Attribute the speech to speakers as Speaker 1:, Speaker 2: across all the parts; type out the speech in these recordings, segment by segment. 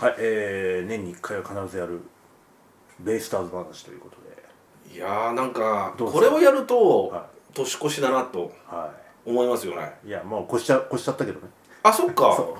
Speaker 1: はい、えー、年に1回は必ずやるベイスターズ話ということで、
Speaker 2: いやーなんか
Speaker 1: どうです
Speaker 2: こ
Speaker 1: か
Speaker 2: れをやると
Speaker 1: は
Speaker 2: 年越しだなと
Speaker 1: は
Speaker 2: 思いますよね
Speaker 1: い、いやもう越しちゃ越しちゃったけどね
Speaker 2: あそっか
Speaker 1: そ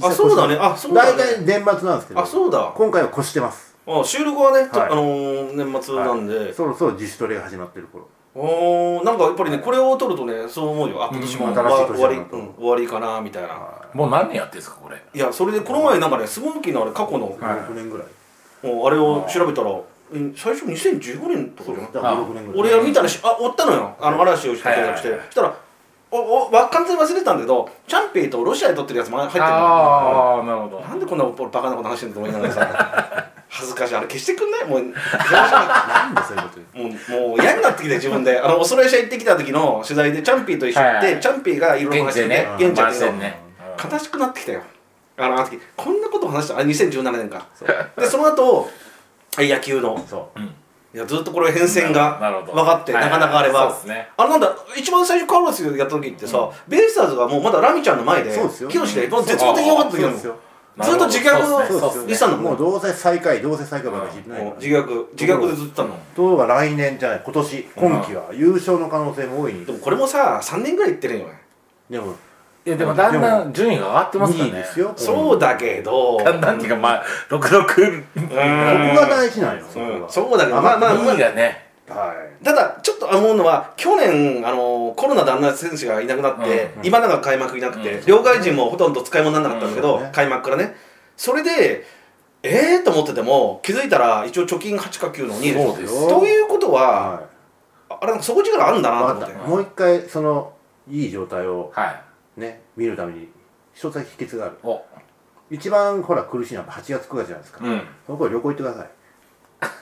Speaker 1: う
Speaker 2: あそうだねあそうだ
Speaker 1: 大
Speaker 2: ね
Speaker 1: 体年末なんですけど
Speaker 2: あそうだ
Speaker 1: 今回は越してます
Speaker 2: あ収録はね、と
Speaker 1: はい
Speaker 2: あのー年末なんで、
Speaker 1: はいそろそろ自主トレが始まってる頃
Speaker 2: おーなんかやっぱりねこれを撮るとねそう思うよあ今年も
Speaker 1: うん
Speaker 2: 終わ
Speaker 1: 新しい年
Speaker 2: 終わ
Speaker 1: だ
Speaker 2: り、
Speaker 1: なと
Speaker 2: うん、終わりかなみたいな、
Speaker 3: もう何年やってんですかこれ
Speaker 2: い、やそれでこの前なんかねスモーキーのあれ過去の、
Speaker 3: はい
Speaker 1: 6年ぐらい
Speaker 2: もうあれを調べたらうん最初2015年とかじゃない
Speaker 1: だから6年ぐらい
Speaker 2: 俺が見たらしあ追ったのよあの嵐をして検索して、
Speaker 3: はいはいはい
Speaker 2: そしたらおおわ完全に忘れてたんだけどチャンピーとロシアで撮ってるやつも入ってるのよ
Speaker 3: ああなるほど
Speaker 2: なんでこんな俺バカなこと話してんだと思いながら さ恥ずかしいあれ消してくんないもう
Speaker 1: なんでそういうこと言う
Speaker 2: もうもう嫌になってきて自分であのお揃い社行ってきた時の取材でチャンピーと一緒に行って、
Speaker 3: はいはい
Speaker 2: チャンピーがいろいろ話
Speaker 3: 現
Speaker 2: してて
Speaker 3: 地でね
Speaker 2: 現地だ
Speaker 3: 番
Speaker 2: けど
Speaker 3: 宣ね
Speaker 2: 悲しくなってきたよあのあの時こんなこと話したあれ2017年かでその後野球の
Speaker 1: そ
Speaker 3: うん
Speaker 2: いやずっとこれ変遷が
Speaker 3: なるほど
Speaker 2: 分かって
Speaker 3: はい
Speaker 2: なかなかあれ
Speaker 3: そう
Speaker 2: は
Speaker 3: ですね
Speaker 2: あのなんだ一番最初カルロスやった時ってさベイスターズがもうまだラミちゃんの前で
Speaker 1: そうですよ
Speaker 2: 清志でもう絶望的に良かった時だも
Speaker 1: そ
Speaker 2: ん
Speaker 1: うですよ
Speaker 2: ずっと自虐の
Speaker 3: なるほど
Speaker 1: そう
Speaker 3: そう
Speaker 1: ですよ
Speaker 3: っ
Speaker 2: リ
Speaker 3: す
Speaker 2: サ
Speaker 3: ね
Speaker 2: の
Speaker 1: もうどうせ最下位どうせ最下位ばかり言ってないか
Speaker 2: も
Speaker 1: ら
Speaker 2: う自虐自虐でずっとたの
Speaker 1: ところが来年じゃない今年今季は優勝の可能性も大いに
Speaker 2: でもこれもさ3年ぐらいいってるよね
Speaker 1: でも
Speaker 3: いやでもだんだん順位が上がってますから
Speaker 1: 2
Speaker 3: ね
Speaker 1: 位ですよ
Speaker 2: そうだけど
Speaker 3: だんだんっていうかまあ
Speaker 1: こ
Speaker 2: う
Speaker 3: 66
Speaker 1: こ
Speaker 2: ーん
Speaker 1: が大事なんよそこ
Speaker 2: うん
Speaker 1: が
Speaker 2: そうだけどまあまあま
Speaker 3: 2
Speaker 2: あ
Speaker 3: 位がね
Speaker 1: はい
Speaker 2: ただちょっと思うのは去年あのコロナであんな選手がいなくなって、
Speaker 1: うん
Speaker 2: 今永開幕いなくて、
Speaker 3: うん
Speaker 2: 両外人もほとんど使い物にならなかったんだけど、
Speaker 1: うん
Speaker 2: 開幕からねそれでええー、と思ってても気づいたら一応貯金8か9の2でしょ
Speaker 3: そうです
Speaker 1: よ
Speaker 2: ということは、
Speaker 1: は
Speaker 2: あれなんか底力あるんだ
Speaker 1: い
Speaker 2: なと
Speaker 1: 分か
Speaker 2: 思っ
Speaker 1: ってたもう一回そのいい状態を
Speaker 3: はい
Speaker 1: ね見るために一つだけ秘訣がある
Speaker 3: お
Speaker 1: 一番ほら苦しいのは8月9月じゃないですか、
Speaker 3: うん
Speaker 1: その頃旅行行ってください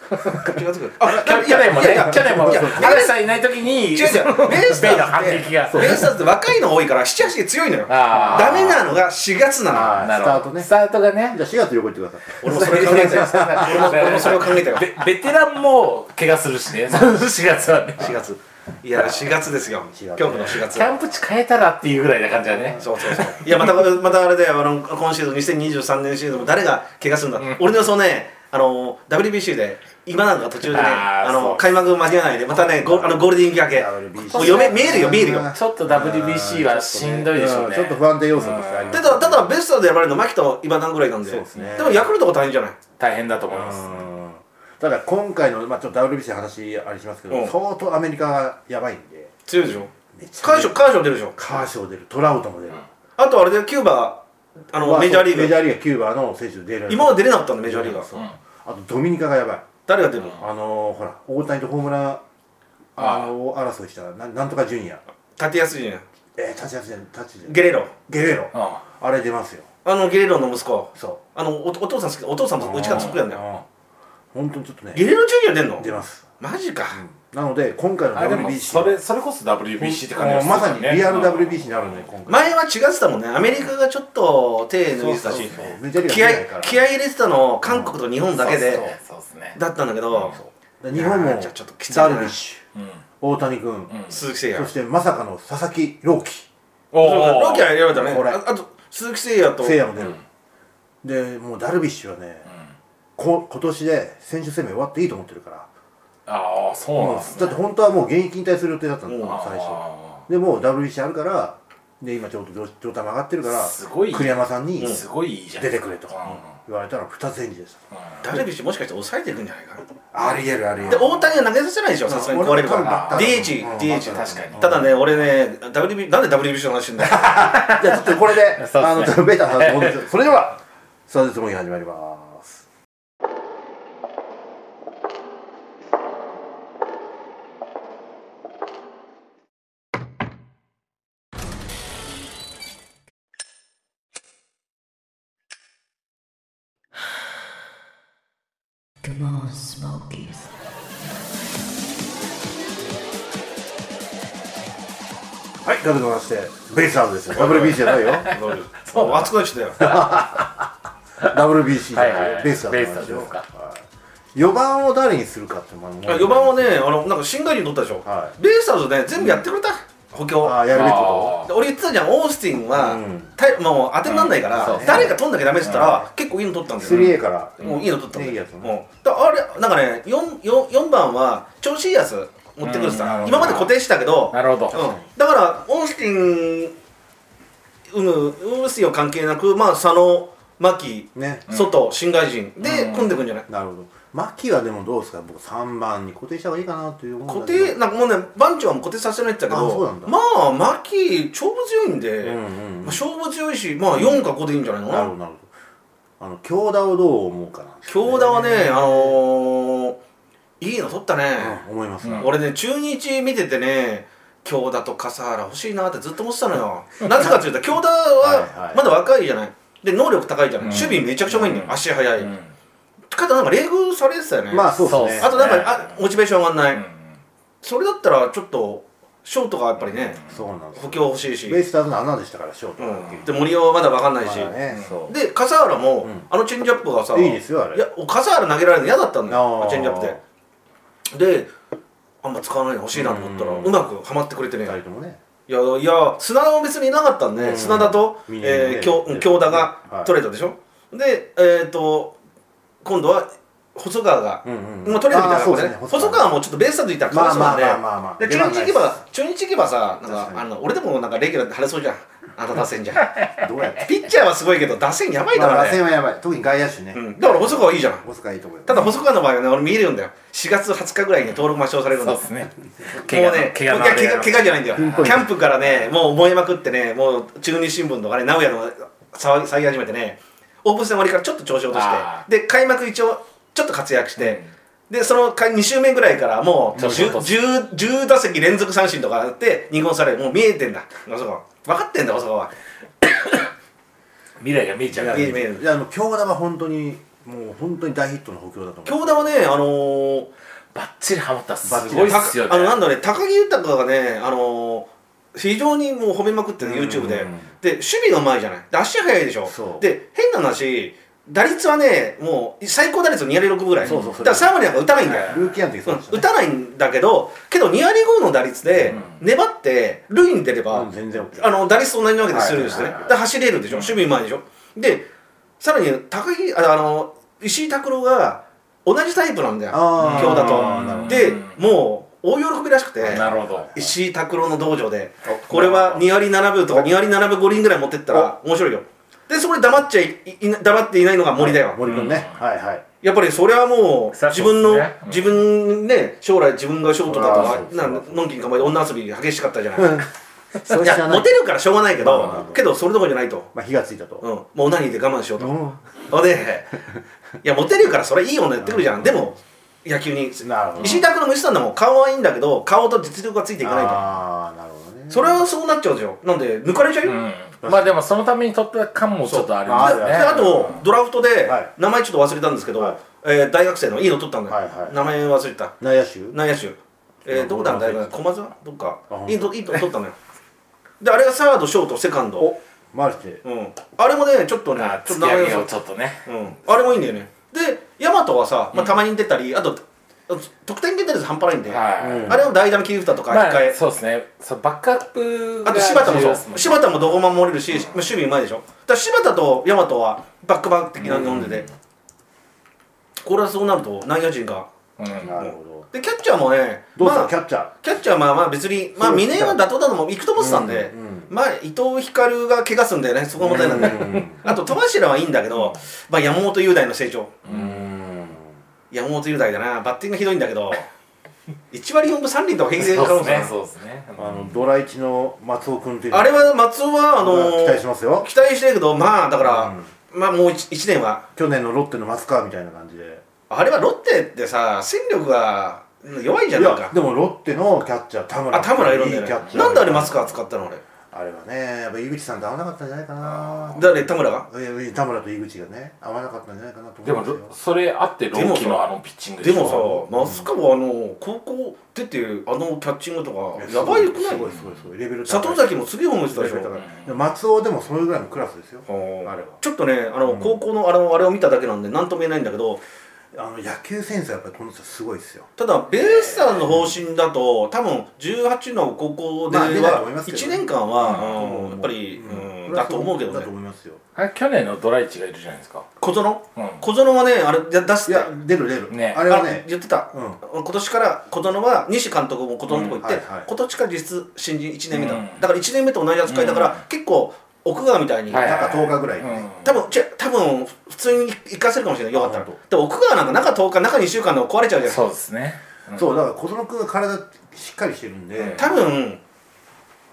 Speaker 2: 8月くらい
Speaker 3: 去去年も
Speaker 2: いやい
Speaker 3: ね
Speaker 2: や
Speaker 3: 去年も
Speaker 2: いや
Speaker 3: 嵐さんいない時に
Speaker 2: 違う違うベイスタ
Speaker 3: ベイの
Speaker 2: ー
Speaker 3: 反
Speaker 2: ズって
Speaker 3: 撃が
Speaker 2: ベイスターズって若いの多いから7、8で強いのよ
Speaker 3: あー
Speaker 2: ダメなのが4月なの
Speaker 1: あー
Speaker 3: な
Speaker 1: ス
Speaker 3: るほ
Speaker 1: タ
Speaker 3: ど
Speaker 1: ートね
Speaker 3: スタートがね
Speaker 1: じゃあ4月旅行行ってください
Speaker 2: 俺もそれ考え たよ俺も俺もそれを考えたよ
Speaker 3: ベベテランも怪我するしね 4月はね
Speaker 2: 4月いや4月ですよ
Speaker 1: 4
Speaker 2: 恐
Speaker 1: 月
Speaker 2: 怖の4月
Speaker 3: キャンプ地変えたらっていうぐらいな感じだね
Speaker 2: そうそうそういやまたまたあれだよあの今シーズン2023年シーズンも誰が怪我するんだ、俺の予想ねあの WBC で今なんか途中でね
Speaker 3: あ
Speaker 2: あ
Speaker 3: ーそ
Speaker 2: の
Speaker 3: う
Speaker 2: 開幕間に合わないでまたねゴあのゴールデンウィーク明け
Speaker 1: WBC
Speaker 2: もう読め見えるよ見えるよ
Speaker 1: あ
Speaker 3: ちょっと WBC はしんどいでしょうね
Speaker 1: ちょっと不安定要素としてあります
Speaker 2: ただただベストで選ばれるの牧と今なんぐらいなんで
Speaker 1: そうですね
Speaker 2: でもヤクルトが大変じゃない
Speaker 3: 大変だと思いうます
Speaker 1: んただ今回の、まあ、ちょっと WBC の話あれしますけど、
Speaker 2: うん
Speaker 1: 相当アメリカがやばいんで
Speaker 2: 強いでしょ
Speaker 1: めち
Speaker 2: カーシ
Speaker 1: 出る
Speaker 2: ョーカーショー出るでしょ
Speaker 1: カーショー出るトラウトも出る、
Speaker 2: あとあれでキューバあの
Speaker 1: まあ
Speaker 2: メジャーリー
Speaker 1: メ
Speaker 2: グ
Speaker 1: ジャーリーグキューバの選手出る
Speaker 2: 今は出れなかったんだメジャーリーガー
Speaker 1: そうあとドミニカがやばい
Speaker 2: 誰が出るの、
Speaker 1: あのー、ほら大谷とホームランあのー争いしたなんなんとかジュニア
Speaker 2: 立安人
Speaker 1: えー、立ちやすじゃん立ちじゃん
Speaker 2: ゲレロ
Speaker 1: ゲレロ
Speaker 3: うんうん
Speaker 1: あれ出ますよ
Speaker 2: あのゲレロの息子
Speaker 1: そ
Speaker 2: あのおお父さん好きお父さんも
Speaker 1: う
Speaker 2: うちからそっくりなんだよ
Speaker 1: よ本当にちょっとね
Speaker 2: ゲレロジュニア出んの
Speaker 1: 出ます
Speaker 2: マジか、
Speaker 1: なので今回の
Speaker 3: あでも
Speaker 1: WBC
Speaker 3: それそれこそ WBC って感じ
Speaker 1: も
Speaker 3: が
Speaker 1: うまさにリアル WBC
Speaker 3: うん
Speaker 1: になるね今回
Speaker 2: 前は違ってたもんねアメリカがちょっと手抜いて
Speaker 1: そうそう
Speaker 2: たし
Speaker 1: そうメジャーリーグ
Speaker 2: 気合
Speaker 1: 出ないから
Speaker 2: 気合入れてたの韓国と日本だけで
Speaker 3: そうそうそうですね
Speaker 2: だったんだけど
Speaker 1: で日本も
Speaker 2: い
Speaker 1: ダ
Speaker 2: や
Speaker 1: ル
Speaker 2: ー
Speaker 1: ビ
Speaker 2: じゃあちょっときついな
Speaker 1: ッシュ大谷君、
Speaker 2: 鈴木誠
Speaker 1: そ
Speaker 2: 也
Speaker 1: してまさかの佐々木朗希
Speaker 3: おお
Speaker 2: ロキはやめたね
Speaker 1: これ
Speaker 2: ああと鈴木誠也と
Speaker 1: 誠也も出る、でもうダルビッシュはね、こ今年で選手生命終わっていいと思ってるから
Speaker 3: ああそうなんです
Speaker 1: だ
Speaker 3: ね
Speaker 1: って本当はもう現役引退する予定だったの
Speaker 2: うん
Speaker 1: 最初
Speaker 3: あ
Speaker 1: でもう WBC あるからで今ちょっと状状態も上がってるから
Speaker 3: すごい
Speaker 1: 栗山さんに
Speaker 3: ーすごいいいじゃん
Speaker 1: 出てくれと
Speaker 3: うん
Speaker 1: 言われたら二つ返事でした
Speaker 2: ダルビッシュもしかして抑えてるんじゃないかな
Speaker 1: ありえるありえる
Speaker 2: で大谷は投げさせないでしょさすがに
Speaker 1: 俺
Speaker 2: 壊れるか
Speaker 1: 多分バッター
Speaker 2: ら
Speaker 1: だ
Speaker 2: DH
Speaker 1: うんバ
Speaker 2: DH
Speaker 1: ッターだ
Speaker 3: 確かに
Speaker 2: ただね俺ね WB なんで WBC の話してんだよ
Speaker 1: じゃあちょっとこれで
Speaker 3: そう
Speaker 1: あの
Speaker 3: ですね
Speaker 1: ちょっとベータさんと戻 ってそれではサーズつもぎ始まりますはいガルドましてベイスターズですよ WBC じゃないよ
Speaker 2: そう熱くなっちゃったよ
Speaker 1: WBC じゃないよ、
Speaker 3: はいはい
Speaker 1: ベイスターズ
Speaker 3: ベイスターズですか
Speaker 1: はい、4番を誰にするかって4
Speaker 2: 4番はねあのなんか新外人取ったでしょ
Speaker 1: は
Speaker 2: ベイスターズね全部やってくれた
Speaker 1: あ
Speaker 2: 補強
Speaker 1: ああやるべきこ
Speaker 3: あ
Speaker 2: で俺言ってたじゃんオースティンは、
Speaker 1: うん
Speaker 2: たもう当てになんないから、
Speaker 3: そうね
Speaker 2: 誰か取んなきゃダメって言ったら、結構いいの取ったん
Speaker 1: と
Speaker 2: だよ、ね、
Speaker 1: 3A から
Speaker 2: もういいの取ったんだよ
Speaker 1: いいやつね
Speaker 2: うんだあれなんかね 4, 4, 4番は調子いいやつ持ってくるって言ってた、
Speaker 3: うん
Speaker 2: 今まで固定してたけど
Speaker 3: ーなるほど、
Speaker 2: うん、だからオースティンうむオースティンは関係なくまあ佐野牧
Speaker 1: ね
Speaker 2: 外新外人で
Speaker 3: うん
Speaker 2: 組んでくんじゃない、
Speaker 1: なるほど牧はでもどうですか僕3番に固定した方がいいかなという思うん
Speaker 2: 固
Speaker 1: だけど
Speaker 2: 定なんかもうね番長はもう固定させないって言ってた
Speaker 1: あ
Speaker 2: け
Speaker 1: そうな
Speaker 2: ど
Speaker 1: んだ
Speaker 2: まあ牧勝負強いんで、
Speaker 1: うん
Speaker 2: ま
Speaker 1: うん、
Speaker 2: あ、勝負強いしまあ4か5でいいんじゃないの、
Speaker 1: なるほどなるほどあの京田をどう思うかな
Speaker 2: 京田はね、あのー、いいの取ったね、
Speaker 1: うん思います、
Speaker 3: うん
Speaker 2: 俺ね中日見ててね京田と笠原欲しいなってずっと思ってたのよなぜかっていうと京田
Speaker 1: はいは
Speaker 2: はいまだ若いじゃないで能力高いじゃない、
Speaker 3: うん
Speaker 2: 守備めちゃくちゃうまいんだよ、
Speaker 3: うん
Speaker 2: 足速い、
Speaker 3: うん
Speaker 2: かとなんか冷遇されてたよね、
Speaker 1: まあそう
Speaker 3: そうっ
Speaker 1: ですすね
Speaker 3: ね
Speaker 2: あとなんか、
Speaker 3: ね
Speaker 2: あモチベーション上がんない、
Speaker 3: うん
Speaker 2: それだったらちょっとショートがやっぱりね
Speaker 1: そうなんです
Speaker 2: 補強欲しいし、
Speaker 1: ベイスターズの穴でしたからショート
Speaker 2: う
Speaker 1: はっきり
Speaker 2: ん、で森尾はまだ分かんないし、
Speaker 1: まだねそ
Speaker 2: で笠原も、
Speaker 1: うん
Speaker 2: あのチェンジアップがさ
Speaker 1: ういいですよあれ
Speaker 2: いや笠原投げられるの嫌だったんだよ
Speaker 1: あー
Speaker 2: チェンジアップでであんま使わないでほしいなと思ったら
Speaker 1: うん
Speaker 2: うまくはまってくれてね
Speaker 1: 二人ともね
Speaker 2: いやいや砂田も別にいなかったんで、
Speaker 1: うん
Speaker 2: 砂田と、
Speaker 1: みんなね
Speaker 2: えー、京
Speaker 1: で
Speaker 2: 京田が
Speaker 1: はい
Speaker 2: トレードでしょ、でえっ、と今度は細川が、
Speaker 1: うんうん
Speaker 2: もうトレードみたい
Speaker 1: あー
Speaker 2: な
Speaker 1: そ
Speaker 2: こ
Speaker 1: う
Speaker 2: と
Speaker 1: で
Speaker 2: ね
Speaker 1: すね
Speaker 2: 細川もちょっとベースサイドいたらかわいそう
Speaker 1: ま
Speaker 2: な
Speaker 1: あ
Speaker 2: んで、
Speaker 1: まあまあまあまあ
Speaker 2: で中
Speaker 1: 出番
Speaker 2: 日
Speaker 1: ない
Speaker 2: 行けば中日行けばさな
Speaker 1: 確
Speaker 2: んか
Speaker 1: かに
Speaker 2: あの俺でもなんかレギュラーで晴れそうじゃんあの打線じゃん
Speaker 1: どうやって
Speaker 2: ピッチャーはすごいけど打線やばいか
Speaker 1: まあ
Speaker 2: ら
Speaker 1: 打
Speaker 2: ね、
Speaker 1: 線はやばい特に外野手ね、
Speaker 2: うん、だから細川いいじゃん
Speaker 1: 細川いいと思います
Speaker 2: ただ細川の場合はね俺見えるんだよ4月20日ぐらいに登録抹消されるんだ
Speaker 3: そう
Speaker 2: よ
Speaker 3: ですね
Speaker 2: もうね、
Speaker 3: 怪我
Speaker 2: い
Speaker 3: の
Speaker 2: や
Speaker 3: あれ
Speaker 2: 怪我怪我じゃないんだよ、
Speaker 1: ピンポイント
Speaker 2: キャンプからね、もう燃えまくってね、もう中日新聞とかね、名古屋の騒ぎ騒ぎ始めてね、オープン戦終わりからちょっと調子落と
Speaker 3: あ
Speaker 2: して、で、開幕一応、ちょっと活躍して、で、その2週目ぐらいから、もう
Speaker 3: 調子落
Speaker 2: 10,
Speaker 3: とす
Speaker 2: 10, 10打席連続三振とかあって、2号され、もう見えてんだ、あそこは。分かってんだ、あそこは。
Speaker 3: 未来が見えちゃうから
Speaker 2: 見える見える
Speaker 1: いやあの京田は本当にもう本当に大ヒットの補強だと思う
Speaker 2: 京田はね、あのー、
Speaker 3: バッチリハマったっす
Speaker 1: バッチ
Speaker 3: す
Speaker 1: リ
Speaker 3: ごいっ
Speaker 2: た
Speaker 3: すよね
Speaker 2: あのなんだろうね高木豊がねあのー非常にもう褒めまくってる、
Speaker 1: うん
Speaker 2: YouTube で
Speaker 1: うん
Speaker 2: で守備がうまいじゃないで足速いでしょ
Speaker 1: そう
Speaker 2: で変な話打率はねもう最高打率2割6分ぐらい
Speaker 1: そうそうそれ
Speaker 2: だから3割なんか打たないんだよ、
Speaker 1: ルーキーアンの時そうでした
Speaker 2: うん打
Speaker 1: ね、
Speaker 2: たないんだけどけど2割5の打率で粘って塁に出れば、
Speaker 1: うん全然 OK
Speaker 2: あの打率と同じなわけで
Speaker 1: はい
Speaker 2: するんですね、
Speaker 1: はいはいはい
Speaker 2: で走れるでしょ、守備うまいでしょでさらに高木ああの石井拓郎が同じタイプなんだよ
Speaker 1: あー
Speaker 2: 京田
Speaker 1: あーなるほ
Speaker 2: と
Speaker 1: ど
Speaker 2: で
Speaker 3: うん
Speaker 2: もう大喜びらしくて
Speaker 3: なるほど
Speaker 2: 石井拓郎の道場でこれは2割7分とか2割7分5厘ぐらい持ってったら面白いよでそこで黙っちゃいいいな黙っていないのが森だよ
Speaker 1: 森君ね、はいはい
Speaker 2: やっぱりそれはもう
Speaker 3: そりゃ
Speaker 2: 自
Speaker 3: そう
Speaker 2: 分
Speaker 3: っ
Speaker 2: の、
Speaker 3: すねうん
Speaker 2: 自分ね将来自分がショートだと
Speaker 1: そりゃそう
Speaker 2: か
Speaker 1: っす
Speaker 2: なんのんきに構えて女遊び激しかったじゃない
Speaker 1: それ
Speaker 2: い
Speaker 1: 知ら
Speaker 2: や
Speaker 1: な
Speaker 2: モ
Speaker 1: い
Speaker 2: テるからしょうがないけど、
Speaker 1: まあまあまあ
Speaker 2: けどそれどころじゃないと、
Speaker 1: まあ火がついたと、
Speaker 2: うん、もうオナニーで我慢しようと、
Speaker 1: うん
Speaker 2: ほんでいやモテるからそれいい女やってくるじゃん、でも野球に
Speaker 1: なるほど
Speaker 2: 石井拓郎も言ってたんだもん顔はいいんだけど顔と実力がついていかないと
Speaker 1: ああなるほどね
Speaker 2: それはそうなっちゃうでしょなんで抜かれちゃう
Speaker 3: う
Speaker 2: よ、
Speaker 3: んまあでもそのために取った感もちょっとあります
Speaker 1: そ
Speaker 3: ね
Speaker 1: う
Speaker 2: であとドラフトで、
Speaker 1: はい
Speaker 2: 名前ちょっと忘れたんですけど、
Speaker 1: はい
Speaker 2: えー大学生のいいの取ったんだよ、
Speaker 1: はいはい
Speaker 2: 名前忘れた
Speaker 1: 内野手
Speaker 2: 内野手、えー、どこだ大学
Speaker 1: ど
Speaker 2: 小松はどっか
Speaker 1: あ本当
Speaker 2: いいといいとこ取ったのよであれがサードショートセカンド、
Speaker 1: おマルテ
Speaker 2: うん、あれもねちょっとね
Speaker 3: あ
Speaker 2: ちょっ
Speaker 3: 突
Speaker 2: と名
Speaker 3: き上
Speaker 2: 前
Speaker 3: げ
Speaker 2: 忘
Speaker 3: を
Speaker 2: れ
Speaker 3: ちょっとね
Speaker 2: たうん、あれもいいんだよねで大和はさ、まあ、たまに出たり、あと得点圏打率半端ないんで、
Speaker 3: はい
Speaker 1: うん
Speaker 2: あれを代打の切り札とか
Speaker 3: ま
Speaker 2: 一
Speaker 3: あ
Speaker 2: 回、
Speaker 3: そうですねそうバックアップが
Speaker 2: あと柴田も
Speaker 3: 重
Speaker 2: そ
Speaker 3: 要
Speaker 2: う
Speaker 3: っすんね
Speaker 2: 柴田もどこも守れるし、まあ守備うまいでしょだから柴田と大和はバックバック的な日本でで、これはそうなると内野陣が
Speaker 3: うん
Speaker 1: なるほど
Speaker 2: でキャッチャーもね
Speaker 1: どうですか
Speaker 2: まあ
Speaker 1: キャッチャ
Speaker 2: キャッチャーはまあまあ別に、まあ、
Speaker 1: そう
Speaker 2: 峰は妥当だとも行くと思ってたんで、
Speaker 1: うんうん
Speaker 2: まあ伊藤光が怪我するんだよねそこが問題なんで、
Speaker 1: うんうん
Speaker 2: あと戸柱はいいんだけど、まあ、山本雄大の成長
Speaker 1: ーうーん
Speaker 2: 山本雄大だなバッティングひどいんだけど1割4分3厘とか平成
Speaker 3: そ
Speaker 2: か
Speaker 3: う
Speaker 2: もし
Speaker 3: です
Speaker 2: れ
Speaker 3: ね
Speaker 2: ない
Speaker 3: そうですね
Speaker 1: あのドラ1の松尾君という
Speaker 2: あれは松尾はあのー
Speaker 1: 期待しますよ
Speaker 2: 期待してるけどまあだから、まあもう 1, 年は
Speaker 1: 去年のロッテの松川みたいな感じで
Speaker 2: あれはロッテってさ戦力がうん弱いじゃん
Speaker 1: い
Speaker 2: なんか
Speaker 1: やでもロッテのキャッチャー田村
Speaker 2: あ田村いるんだよ
Speaker 1: いいキャッチ
Speaker 2: ね
Speaker 1: ャー
Speaker 2: なんであれマスカー使ったの俺
Speaker 1: あれはねやっぱ井口さんと合わなかったんじゃないかな
Speaker 2: 誰田村が
Speaker 1: いやいや田村と井口がね合わなかったんじゃないかなと
Speaker 3: で
Speaker 1: 思
Speaker 3: も
Speaker 1: うんですよ
Speaker 3: それあってロッキーのあのピッチング
Speaker 2: で
Speaker 3: しょ
Speaker 2: もさマスカはあの高校出てあのキャッチングとか
Speaker 1: い
Speaker 2: やばいく
Speaker 1: すご
Speaker 2: ないい
Speaker 1: すごいすごいレベル高い
Speaker 2: 里崎もすげえ褒めてたでし
Speaker 1: レベル高
Speaker 2: ょ
Speaker 1: いでも松尾でもそれぐらいのクラスですよ
Speaker 2: あー
Speaker 1: あれは
Speaker 2: ちょっとねあの、
Speaker 1: うん
Speaker 2: 高校のあのあれを見ただけなんで何とも言えないんだけど
Speaker 1: あの野球センスはやっぱりこの人すごいですよ
Speaker 2: ただベースさんの方針だと多分18の高校で
Speaker 1: まあ出ないと思い
Speaker 2: は
Speaker 1: ますけどね
Speaker 2: 1年間は、
Speaker 1: うん
Speaker 2: うんやっぱり、
Speaker 1: う
Speaker 2: うんん、だと思うけど
Speaker 1: だと
Speaker 2: ね
Speaker 1: 思いますよ
Speaker 3: あれ去年のドライチがいるじゃないですか
Speaker 2: 小園
Speaker 3: うん
Speaker 2: 小園はねあれ出す
Speaker 1: い
Speaker 2: って
Speaker 1: や出る出る、
Speaker 3: ね
Speaker 1: あれはね
Speaker 2: 言ってた、
Speaker 1: うん
Speaker 2: 今年から琴ノは西監督も琴ノのとこ行って、
Speaker 1: うんはいはい
Speaker 2: 今年から実質新人1年目だ、
Speaker 3: うん
Speaker 2: だから1年目と同じ扱いだから、
Speaker 3: うん
Speaker 2: 結構奥川みたいに、
Speaker 1: い中10日ぐらいね
Speaker 3: うん
Speaker 2: 多分ちょ多分普通に行かせるかもしれないよかったら
Speaker 1: あ
Speaker 2: で
Speaker 1: 本
Speaker 2: も奥川なんか中10日中2週間でも壊れちゃうじゃないですか
Speaker 3: そうですねうん
Speaker 1: そうだから小園君が体しっかりしてるんで、
Speaker 3: うん
Speaker 2: 多分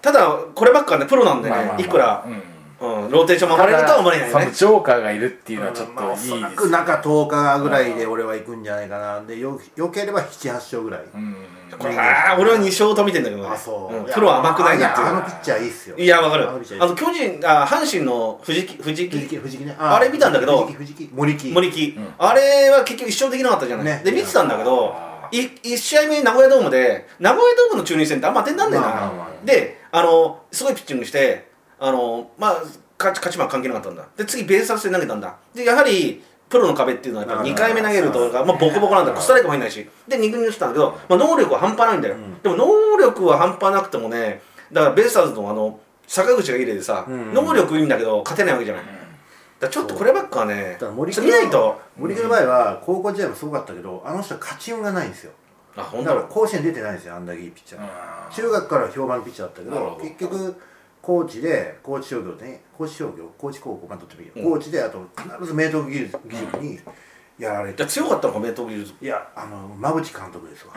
Speaker 2: ただこればっかねプロなんでね、
Speaker 3: まあまあまあ
Speaker 2: いくら、
Speaker 3: うん
Speaker 2: うん、ローテーションも上がれるとは思えない
Speaker 3: た
Speaker 2: よ
Speaker 3: だその
Speaker 2: ね
Speaker 3: ジョーカーがいるっていうのはちょっ
Speaker 1: まあお
Speaker 3: といい
Speaker 1: そら
Speaker 3: で
Speaker 1: く
Speaker 3: す
Speaker 1: 中10日ぐらいで俺は行くんじゃないかなでよよければ78勝ぐらい、
Speaker 3: うん
Speaker 2: これあー俺は2勝と見てんだけどね
Speaker 1: あそう、
Speaker 2: んプロは甘くないなって
Speaker 1: やあ
Speaker 2: い
Speaker 1: のピッチャーいいっすよ
Speaker 2: ういやわかる
Speaker 1: あのピッチャー
Speaker 2: あ
Speaker 1: いいっ
Speaker 2: の巨人あ阪神の藤木藤
Speaker 1: す藤
Speaker 2: 木
Speaker 1: 木藤木ね
Speaker 2: あれ見たんだけど
Speaker 1: 藤木藤木森木
Speaker 2: 森木、
Speaker 3: うん
Speaker 2: あれは結局一勝できなかったじゃない、
Speaker 1: ね
Speaker 2: で見てたんだけど
Speaker 3: あ
Speaker 2: い一試合目名古屋ドームで名古屋ドームの中日戦ってあんま当てになんねえな、
Speaker 1: まあまあまあ
Speaker 2: であのすごいピッチングしてあの、まあ、勝ち勝ち負け関係なかったんだで次ベースアスで投げたんだでやはりプロの壁っていうのはやっぱり2回目投げるとか、まあ、ボコボコなんだストライクも入んないしで2軍に落ちたんだけど、まあ、能力は半端ないんだよ、
Speaker 1: うん
Speaker 2: でも能力は半端なくてもねだからベイスターズのあの坂口がいい例でさ、
Speaker 1: うん
Speaker 2: 能力いいんだけど勝てないわけじゃない、だからちょっとこればっかはね
Speaker 1: だから森木
Speaker 2: ちょっ
Speaker 1: の
Speaker 2: と見ないと
Speaker 1: 森木の場合は高校時代もすごかったけどあの人は勝ち運がないんですよ
Speaker 2: あ本
Speaker 1: だ
Speaker 2: 当
Speaker 1: から甲子園出てないんですよあんだけいいピッチャー、
Speaker 3: ー
Speaker 1: 中学から評判のピッチャーだったけど
Speaker 3: なるほど
Speaker 1: 結局高知で高知商業でね高知商業高知高校まあどっちでもいいよ、
Speaker 2: うん
Speaker 1: 高知であと必ず明徳義塾義塾にやられて、
Speaker 2: じゃあ強かったのか明徳義塾
Speaker 1: いやあの馬淵監督ですわ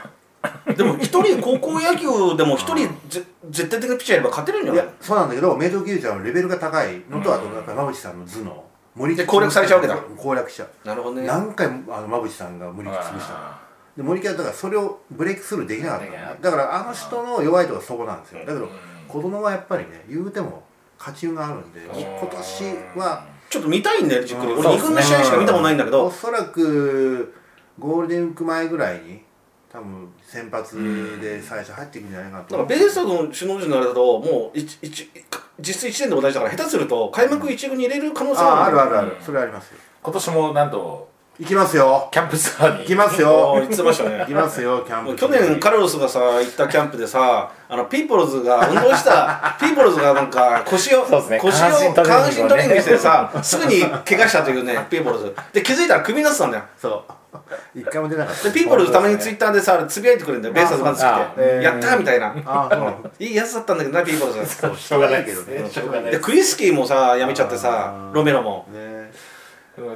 Speaker 2: でも一 人高校野球でも一人ぜ絶対的なピッチャーやれば勝てるんじゃ
Speaker 1: い
Speaker 2: ない
Speaker 1: やそうなんだけど明徳義塾はレベルが高いのと、
Speaker 3: うん
Speaker 1: あとやっぱり馬淵さんの頭脳森木
Speaker 2: で攻略されちゃうわけだ
Speaker 1: 攻略しちゃう、
Speaker 2: なるほどね
Speaker 1: 何回もあの馬淵さんが無理に潰したの
Speaker 3: あ
Speaker 1: で森木はだからそれをブレイクスルーできなかったんだ
Speaker 3: できなかっ
Speaker 1: だからあの人の弱いとこはそこなんですよだけど
Speaker 3: うん
Speaker 1: 子供はやっぱりね言うても勝ち運があるんで今
Speaker 3: ー
Speaker 1: 年は
Speaker 2: ちょっと見たいんだよじっくり
Speaker 1: うん
Speaker 2: 俺2軍の試合しか見たことないんだけ
Speaker 1: お
Speaker 2: ど
Speaker 1: そらくゴールデンウィーク前ぐらいに多分先発で最初入っていくんじゃないかなと
Speaker 2: だからベースターズの首脳陣のあれだともう一一実質1年で同じだから下手すると開幕1軍に入れる可能性
Speaker 1: ああるあ
Speaker 2: る
Speaker 1: るある、
Speaker 3: うん
Speaker 1: それありますよ
Speaker 3: 今年もなんと
Speaker 1: 行きますよ
Speaker 3: キャンプスターに
Speaker 1: 行きます
Speaker 2: おー
Speaker 1: よ
Speaker 2: 言ってました
Speaker 1: 行き
Speaker 2: ね
Speaker 1: ますよキャン
Speaker 2: もう
Speaker 1: プ
Speaker 2: 去年カルロスがさ行ったキャンプでさあのピーポルズが運動した ピーポルズがなんか腰を、
Speaker 3: そうですね
Speaker 2: 腰を
Speaker 3: 下半身トレ
Speaker 2: 下
Speaker 3: ー
Speaker 2: 半
Speaker 3: ニング
Speaker 2: 身ト
Speaker 3: をね
Speaker 2: レーニングしてさすぐに怪我したというねピーポルズで気づいたらクビになってたんだよ
Speaker 1: そう一回も出なかった
Speaker 2: でピーポルズたまにツイッターでさあれつぶやいてくれるんだよベースターズまず来て、
Speaker 1: あ
Speaker 2: やったーみた いな
Speaker 1: ああそう
Speaker 2: いいやつだったんだけどなピーポルズ
Speaker 3: そうしょうがないけど
Speaker 1: う
Speaker 3: ね
Speaker 1: ん
Speaker 3: しょうがない
Speaker 2: で
Speaker 3: です
Speaker 2: クリスキーもさ辞めちゃってさ
Speaker 1: あー
Speaker 2: ロメロも
Speaker 1: ね
Speaker 3: うん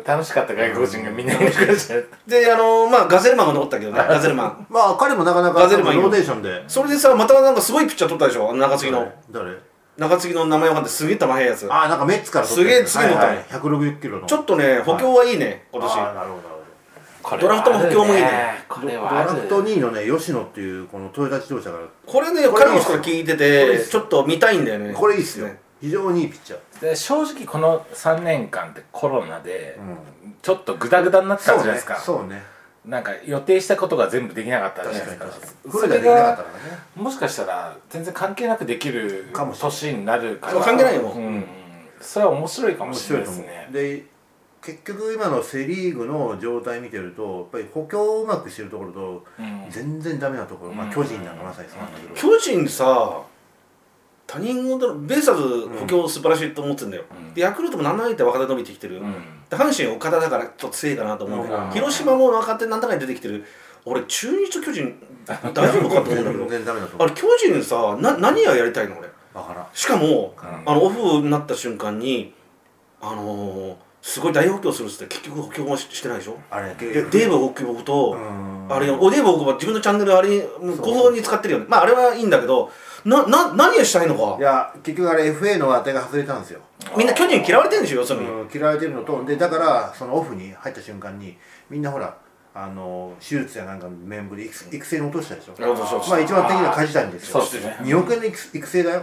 Speaker 3: 楽しかった外国人がみんないなくなっちゃう
Speaker 2: であのまあガゼルマンが残ったけどねガゼルマン
Speaker 1: まあ彼もなかなか
Speaker 2: ガ
Speaker 1: ロ
Speaker 2: ゼルマンいる
Speaker 1: ーテーションで
Speaker 2: それでさまたなんかすごいピッチャー取ったでしょあの中継ぎの
Speaker 1: 誰
Speaker 2: 中継ぎの名前分かってすげえ球速いやつ
Speaker 1: ああなんかメッツから取
Speaker 2: すげえすげえ
Speaker 1: はいは
Speaker 2: 持
Speaker 1: い、160キロの
Speaker 2: ちょっとね補強はいいね今
Speaker 1: あー
Speaker 2: 年
Speaker 1: なるほどなるほど
Speaker 2: ドラフトも補強もいいね
Speaker 3: こ
Speaker 1: ド
Speaker 3: れ
Speaker 1: ド
Speaker 3: は
Speaker 1: ラ
Speaker 3: ある
Speaker 1: フト2位のね吉野っていうこのトヨタ自動車から
Speaker 2: これね
Speaker 1: これ
Speaker 2: 彼もから聞いててちょっと見たいんだよね
Speaker 1: これいいっすよ、
Speaker 2: ね
Speaker 1: 非常にいいピッチャー
Speaker 3: で正直この3年間ってコロナで
Speaker 1: う
Speaker 3: ちょっとグダグダになってたじゃないですか、
Speaker 1: そうね
Speaker 3: なんか予定したことが全部できなかったじ
Speaker 1: そう
Speaker 3: ゃな
Speaker 1: ね
Speaker 3: いで
Speaker 1: 確かに確
Speaker 3: すか
Speaker 1: かに
Speaker 3: そ
Speaker 1: 古田で
Speaker 3: れ
Speaker 1: きなかった
Speaker 3: が
Speaker 1: からね
Speaker 3: もしかしたら全然関係なくできる
Speaker 1: かもしれない
Speaker 3: 年になるから
Speaker 2: 関係ないよもう
Speaker 3: うん、それは面白いかも
Speaker 1: 面
Speaker 3: しれ
Speaker 1: 白
Speaker 3: ないい
Speaker 1: と
Speaker 3: で
Speaker 1: 思
Speaker 3: す
Speaker 1: う
Speaker 3: ね
Speaker 1: で結局今のセ・リーグの状態見てるとやっぱり補強をうまくしてるところと
Speaker 3: うん
Speaker 1: 全然ダメなところ、ま
Speaker 3: う
Speaker 1: あ
Speaker 3: ん
Speaker 1: 巨人なんかまさにそうなんだけど、
Speaker 2: 巨人さ他人事のベイスターズ補強素晴らしいと思ってんだよ、
Speaker 3: うん
Speaker 2: でヤクルトも7人で若手伸びてきてる、
Speaker 3: うん
Speaker 2: で阪神岡田だからちょっと強いかなと思うんだけど、
Speaker 1: うん
Speaker 2: 広島も若手なんだかに出てきてる俺中日と巨人大丈夫かと思うんだけ ど
Speaker 1: 全然ダメだと
Speaker 2: あ
Speaker 1: 思う
Speaker 2: れ巨人さな何がやりたいの俺
Speaker 1: わからん
Speaker 2: しかも、
Speaker 3: うん
Speaker 2: あのオフになった瞬間にあのー、すごい大補強するっつって結局補強もししてないでしょ
Speaker 1: あれ
Speaker 2: でデーブ大久保
Speaker 1: う
Speaker 2: と、
Speaker 1: ん
Speaker 2: あれおデーブ大久保自分のチャンネルあれもう
Speaker 1: そう
Speaker 2: 後方に使ってるよねまああれはいいんだけどなな何をしたいのか
Speaker 1: いや結局あれ FA の当てが外れたんですよ、
Speaker 2: みんな巨人嫌われてるんでしょ要するに、
Speaker 1: うん、嫌われてるのとでだからそのオフに入った瞬間にみんなほらあの手術やなんかの面部で育育成に落としたでしょ
Speaker 2: なるほどそうそう
Speaker 1: まあ一番的には梶谷ですよ
Speaker 3: そうですね
Speaker 1: 2億円の育育成だよ、
Speaker 3: う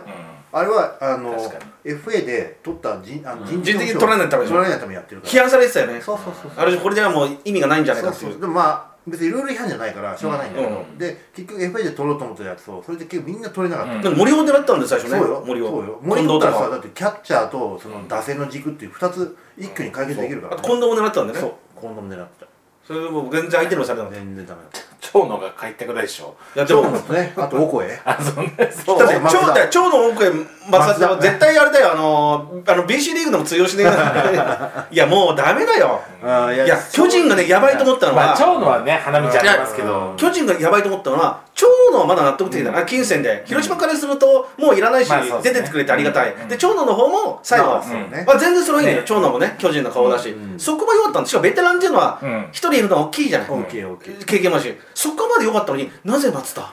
Speaker 1: あれはあの
Speaker 3: 確か
Speaker 1: FA で取った人あの
Speaker 3: うん
Speaker 1: 人
Speaker 2: 人的に取られないためでしょ
Speaker 1: 取られないためにやってるから
Speaker 2: 批判されてたよね
Speaker 1: そうそうそうそう
Speaker 2: あれこれではもう意味がないんじゃない
Speaker 1: そ
Speaker 2: か
Speaker 1: う
Speaker 2: って
Speaker 1: そ
Speaker 2: いうう
Speaker 1: でもまあ別にルール違反じゃないからしょうがないんだけど、
Speaker 2: うん
Speaker 1: で結局 FA で取ろうと思ったやつをそれで結局みんな取れなかった、
Speaker 3: うん
Speaker 2: でも森を狙ったんで最初ね
Speaker 1: そうよ
Speaker 2: 森
Speaker 1: そう
Speaker 2: を
Speaker 1: よ
Speaker 2: 近
Speaker 1: 森
Speaker 2: 藤
Speaker 1: 取
Speaker 2: と
Speaker 1: ったらさだ
Speaker 2: か
Speaker 1: ってキャッチャーとその打線の軸っていう2つ一挙に解決できるか
Speaker 2: あ
Speaker 1: ら、
Speaker 2: と
Speaker 1: ね
Speaker 2: 近藤も狙ってたんだよ
Speaker 1: そ
Speaker 2: ね
Speaker 1: う近藤も狙ってた
Speaker 2: それでもう全然相手にもされなかった
Speaker 1: 全然ダメだった
Speaker 3: 蝶野が帰ってくるでしょ。
Speaker 2: いやで
Speaker 1: そ
Speaker 2: も
Speaker 1: うですねあとお声
Speaker 3: あ、そんな、そう
Speaker 2: だって
Speaker 1: 松田
Speaker 2: 超だ超の奥へ松田は
Speaker 1: 松田
Speaker 2: 絶対あれだよあのーあの BC リーグでも通用 しねえないやもうダメだよ
Speaker 1: あーい
Speaker 2: いや巨人がねやばいと思ったの
Speaker 3: ま
Speaker 2: は
Speaker 3: あ、蝶野はね、花見ちゃってますけど。
Speaker 2: 巨人がやばいと思ったのは長野はまだ納得的だな、金銭で広島からするともういらないし、
Speaker 3: まあそうで
Speaker 2: 出
Speaker 3: すね
Speaker 2: てってくれてありがたい、
Speaker 3: うん
Speaker 2: で長野の方も最後は、
Speaker 1: まあそうね
Speaker 2: まあ、全然それはいいんだよ、
Speaker 3: ね
Speaker 2: 長野もね巨人の顔だし、
Speaker 1: うん
Speaker 2: そこも良かったんですしかもベテランっていうのは
Speaker 3: うん
Speaker 2: 一、人いるのは大きいじゃない、
Speaker 1: オッケーオッケー
Speaker 2: 経験もあるしそこまで良かったのになぜ松田